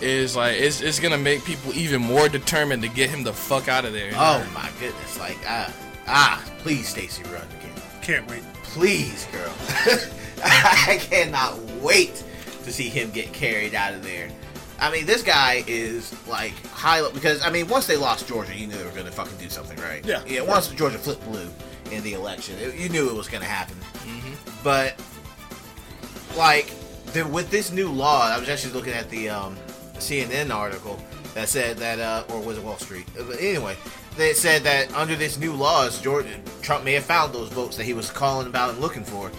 Speaker 1: is like it's, it's gonna make people even more determined to get him the fuck out of there.
Speaker 3: Oh my goodness! Like ah ah, please, Stacy, run again,
Speaker 2: can't wait.
Speaker 3: please, girl. I cannot wait to see him get carried out of there. I mean, this guy is like high because I mean, once they lost Georgia, you knew they were going to fucking do something, right?
Speaker 2: Yeah.
Speaker 3: Yeah. Once Georgia flipped blue in the election, it, you knew it was going to happen. But like the, with this new law, I was actually looking at the um, CNN article that said that, uh, or was it Wall Street? Uh, But anyway, they said that under this new laws, Jordan Trump may have found those votes that he was calling about and looking for.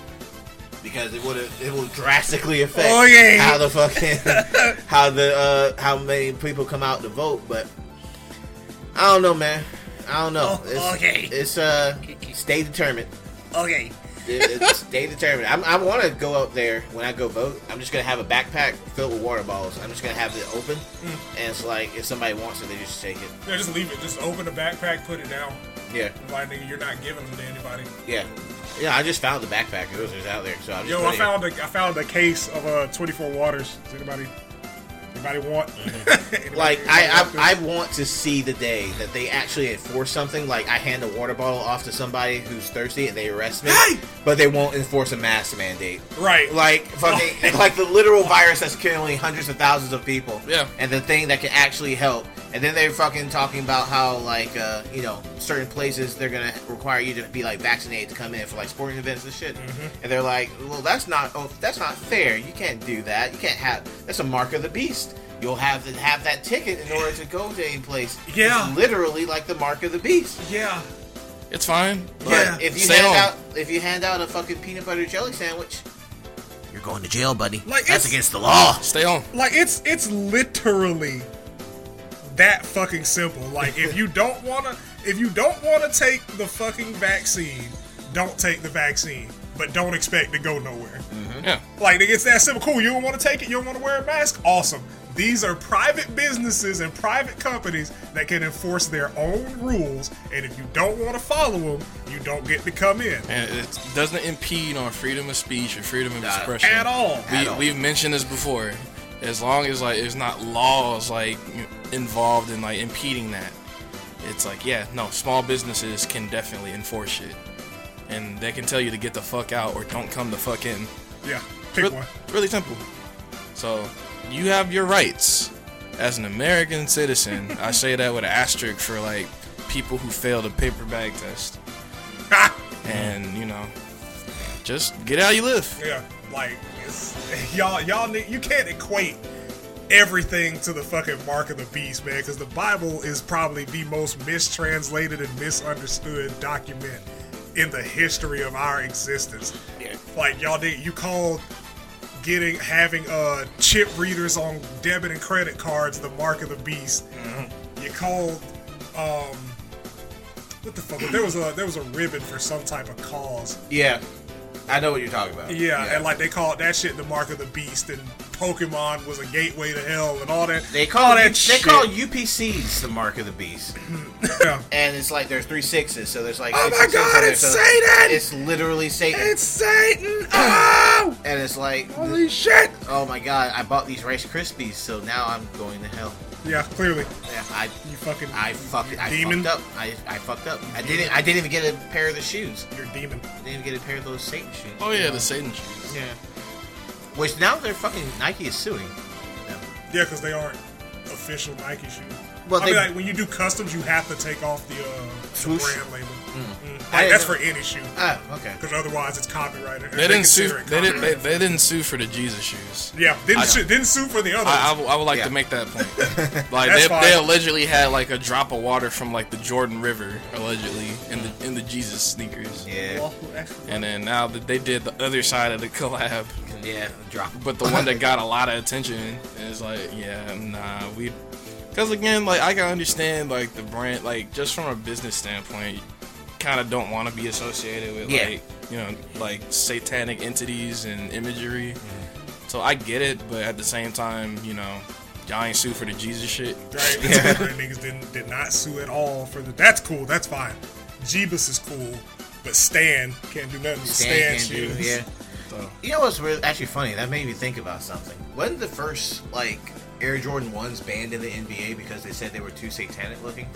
Speaker 3: Because it would it will drastically affect
Speaker 2: Oh, yeah.
Speaker 3: how the fucking how the uh, how many people come out to vote, but I don't know, man. I don't know.
Speaker 4: Oh,
Speaker 3: it's,
Speaker 4: okay.
Speaker 3: It's uh, stay determined.
Speaker 4: Okay.
Speaker 3: It- it's stay determined. I'm, I want to go up there when I go vote. I'm just gonna have a backpack filled with water bottles. I'm just gonna have it open,
Speaker 2: Mm.
Speaker 3: and it's like if somebody wants it, they just take it.
Speaker 2: Yeah, just leave it. Just open the backpack, put it down.
Speaker 3: Yeah,
Speaker 2: Like nigga, you're not giving them to anybody.
Speaker 3: yeah, yeah. I just found the backpack. It was just out there, so I just.
Speaker 2: Yo,
Speaker 3: put
Speaker 2: I
Speaker 3: it-
Speaker 2: found a I found a case of uh 24 waters. Does anybody anybody want? Anybody-
Speaker 3: Like
Speaker 2: anybody
Speaker 3: I,
Speaker 2: want this?
Speaker 3: I, I want to see the day that they actually enforce something. Like I hand a water bottle off to somebody who's thirsty and they arrest me,
Speaker 2: Hey!
Speaker 3: but they won't enforce a mask mandate.
Speaker 2: right.
Speaker 3: like fucking like the literal virus that's killing hundreds of thousands of people.
Speaker 1: Yeah.
Speaker 3: And the thing that can actually help. And then they're fucking talking about how like uh, you know certain places they're gonna require you to be like vaccinated to come in for like sporting events and shit. And they're like, well, that's not oh, that's not fair. You can't do that. You can't have that's a mark of the beast. You'll have to have that ticket in order to go to any place.
Speaker 2: Yeah.
Speaker 3: It's literally like the mark of the beast.
Speaker 2: Yeah.
Speaker 1: It's fine.
Speaker 3: But
Speaker 2: Yeah.
Speaker 3: if you
Speaker 1: Stay
Speaker 3: hand
Speaker 1: home.
Speaker 3: out if you hand out a fucking peanut butter jelly sandwich, you're going to jail, buddy.
Speaker 2: Like,
Speaker 3: that's
Speaker 2: it's-
Speaker 3: against the law.
Speaker 1: Stay on.
Speaker 2: Like it's it's literally that fucking simple. Like if you don't wanna if you don't wanna take the fucking vaccine, don't take the vaccine. But don't expect to go nowhere.
Speaker 1: Yeah.
Speaker 2: Like nigga, it's that simple. Cool, you don't wanna take it, you don't wanna wear a mask? Awesome. These are private businesses and private companies that can enforce their own rules, and if you don't want to follow them, you don't get to come in
Speaker 1: And it doesn't impede on freedom of speech or freedom of
Speaker 3: Nah.
Speaker 1: expression
Speaker 2: at all.
Speaker 1: We,
Speaker 3: At all.
Speaker 1: We've mentioned this before. As long as like there's not laws like involved in like impeding that, it's like yeah, no. Small businesses can definitely enforce shit, and they can tell you to get the fuck out or don't come the fuck in.
Speaker 2: Yeah, pick
Speaker 1: Re-
Speaker 2: one.
Speaker 1: Really simple. So you have your rights as an American citizen. I say that with an asterisk for like people who failed a paper bag test,
Speaker 2: Ha!
Speaker 1: and you know, just get how you live.
Speaker 2: Yeah, like it's, y'all, y'all, need, you can't equate everything to the fucking mark of the beast, man. Because the Bible is probably the most mistranslated and misunderstood document in the history of our existence. Like y'all, need, you called getting having uh chip readers on debit and credit cards the mark of the beast. You called um. What the fuck? There was a there was a ribbon for some type of cause
Speaker 3: Yeah, I know what you're talking about.
Speaker 2: yeah, and like they called that shit the mark of the beast, and Pokemon was a gateway to hell, and all that.
Speaker 3: they
Speaker 2: all
Speaker 3: call it
Speaker 2: that
Speaker 3: they
Speaker 2: shit.
Speaker 3: call UPCs the mark of the beast,
Speaker 2: Yeah.
Speaker 3: and it's like there's three sixes, so there's like
Speaker 2: Oh
Speaker 3: six
Speaker 2: my
Speaker 3: and six
Speaker 2: God,
Speaker 3: on there,
Speaker 2: it's
Speaker 3: so
Speaker 2: Satan!
Speaker 3: It's literally Satan,
Speaker 2: It's Satan! Oh,
Speaker 3: and it's like
Speaker 2: holy shit!
Speaker 3: oh my god, I bought these Rice Krispies, so now I'm going to hell.
Speaker 2: Yeah, clearly
Speaker 3: Yeah, I
Speaker 2: you fucking
Speaker 3: I fucked I
Speaker 2: demon.
Speaker 3: fucked up. I, I fucked up. I didn't I didn't even get a pair of the shoes.
Speaker 2: You're a demon.
Speaker 3: I didn't even get a pair of those Satan shoes.
Speaker 1: Oh yeah, the Satan tree.
Speaker 3: Yeah. Which now they're fucking Nike is suing. them.
Speaker 2: Yeah, because they aren't official Nike shoe.
Speaker 3: Well,
Speaker 2: I
Speaker 3: they-
Speaker 2: mean, like when you do customs, you have to take off the, uh, the
Speaker 3: Swoosh?
Speaker 2: brand label. Mm.
Speaker 3: I
Speaker 2: Like, that's
Speaker 3: didn't-
Speaker 2: for any shoe,
Speaker 3: Ah, okay.
Speaker 2: because otherwise it's copyrighted.
Speaker 1: They didn't sue.
Speaker 2: consider it
Speaker 1: They didn't. They,
Speaker 2: copyrighted.
Speaker 1: they didn't sue for the Jesus shoes.
Speaker 2: yeah, didn't
Speaker 1: I-
Speaker 2: sue, didn't sue for the others.
Speaker 1: I, I w- I would like
Speaker 3: Yeah.
Speaker 1: to make that point. Like
Speaker 2: That's
Speaker 1: they,
Speaker 2: fine.
Speaker 1: they allegedly had like a drop of water from like the Jordan River allegedly in the in the Jesus sneakers,
Speaker 3: Yeah,
Speaker 1: and then now that they did the other side of the collab,
Speaker 3: yeah. Drop.
Speaker 1: but the one that got a lot of attention is like yeah nah we, because again like I can understand like the brand like just from a business standpoint, kind of don't want to be associated with
Speaker 3: Yeah.
Speaker 1: like you know like satanic entities and imagery.
Speaker 3: Mm-hmm.
Speaker 1: So I get it, but at the same time, you know, y'all ain't sue for the Jesus shit.
Speaker 2: Right? Yeah. niggas didn't did not sue at all for the. That's cool. That's fine. Jeebus is cool, but Stan can't do nothing. with Stan,
Speaker 3: Stan can
Speaker 2: shoes.
Speaker 3: do. Yeah.
Speaker 1: So-
Speaker 3: You know what's really, actually funny? That made me think about something. Wasn't the first like Air Jordan ones banned in the NBA because they said they were too satanic looking?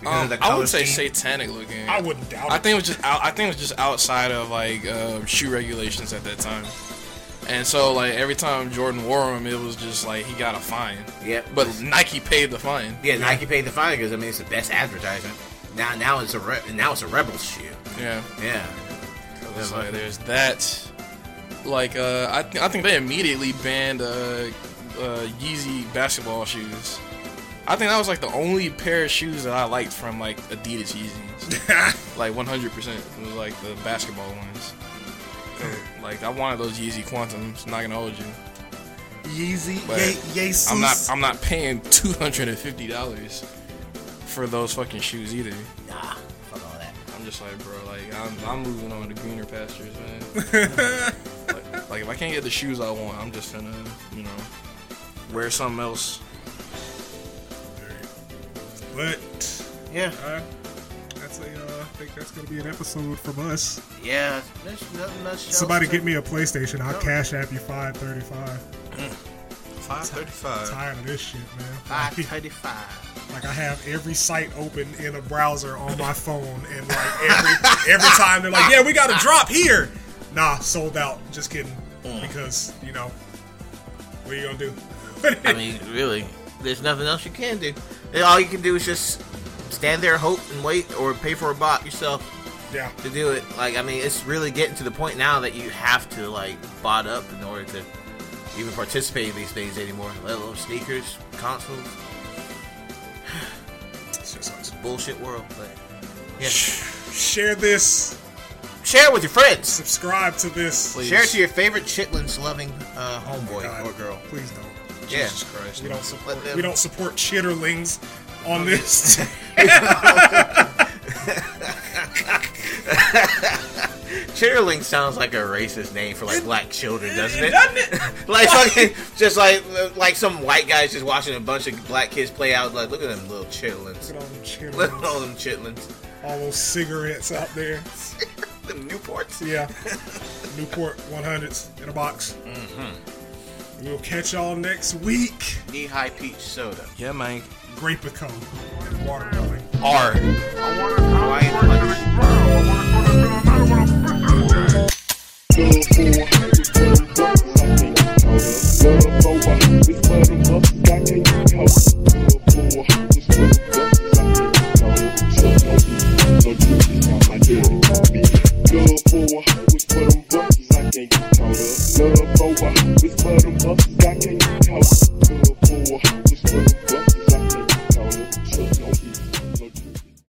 Speaker 3: Because
Speaker 1: Um, I
Speaker 3: color
Speaker 1: would say
Speaker 3: scheme?
Speaker 1: satanic looking.
Speaker 2: I wouldn't doubt
Speaker 1: I
Speaker 2: it.
Speaker 1: think it was just out, I think it was just outside of like uh, shoe regulations at that time, and so like every time Jordan wore them, it was just like he got a fine.
Speaker 3: Yep.
Speaker 1: But Nike paid the fine.
Speaker 3: Yeah, Nike paid the fine because I mean it's the best advertisement. Now, now it's a re- now it's a rebel shoe.
Speaker 1: Yeah.
Speaker 3: Yeah,
Speaker 1: It's like there's that. Like uh, I th- I think they immediately banned uh, uh, Yeezy basketball shoes. I think that was like the only pair of shoes that I liked from like Adidas Yeezys. like 100% was like the basketball ones. Like I wanted those Yeezy Quantums. Not gonna hold you.
Speaker 2: Yeezy,
Speaker 1: But
Speaker 2: Ye- Yeezus.
Speaker 1: I'm not. I'm not paying two hundred and fifty dollars for those fucking shoes either.
Speaker 3: nah, fuck all that.
Speaker 1: I'm just like, bro. Like I'm, I'm moving on to greener pastures, man. like, like if I can't get the shoes I want, I'm just gonna, you know, wear something else.
Speaker 2: but
Speaker 3: Yeah,
Speaker 2: uh, that's a. Uh, I think that's gonna be an episode from us.
Speaker 3: yeah. There's nothing much. else
Speaker 2: Somebody
Speaker 3: to-
Speaker 2: get me a PlayStation. I'll cash app you five thirty five.
Speaker 1: Five thirty-five.
Speaker 2: Tired of this shit, man.
Speaker 3: five thirty-five.
Speaker 2: Like I have every site open in a browser on my phone, and like every every time they're like, "Yeah, we got a drop here." Nah, sold out. Just kidding.
Speaker 3: Mm.
Speaker 2: Because you know, what are you gonna do?
Speaker 3: I mean, really, there's nothing else you can do. And All you can do is just stand there, hope, and wait, or pay for a bot yourself
Speaker 2: yeah,
Speaker 3: to do it. Like, I mean, it's really getting to the point now that you have to like bot up in order to even participate in these things anymore. Let alone sneakers, consoles,
Speaker 2: it's just us.
Speaker 3: bullshit world. But yeah,
Speaker 2: share this.
Speaker 3: share it with your friends.
Speaker 2: Subscribe to this.
Speaker 1: Please.
Speaker 3: Share it to your favorite chitlins loving uh,
Speaker 2: Oh my
Speaker 3: homeboy
Speaker 2: God.
Speaker 3: or girl.
Speaker 2: Please don't.
Speaker 3: Yeah.
Speaker 1: Jesus Christ.
Speaker 2: We don't support.
Speaker 3: Let them-
Speaker 2: We don't support chitterlings on this.
Speaker 3: Chitterling sounds like a racist name for like black children, doesn't it?
Speaker 2: Doesn't it?
Speaker 3: like fucking just like like some white guys just watching a bunch of black kids play out like look at them little chitlins.
Speaker 2: Look at all them chitterlings.
Speaker 3: Look at all them chitlins.
Speaker 2: all those cigarettes out there.
Speaker 3: them Newports.
Speaker 2: Yeah. Newport 100s in a box. Mm-hmm. We'll catch y'all next week.
Speaker 3: Knee high peach soda.
Speaker 1: Yeah, man.
Speaker 2: Grapico and watermelon.
Speaker 1: R.
Speaker 3: Hawaiian punch.
Speaker 4: Love for, it's for them bucks, I can't get caught. Love for, it's for them bucks.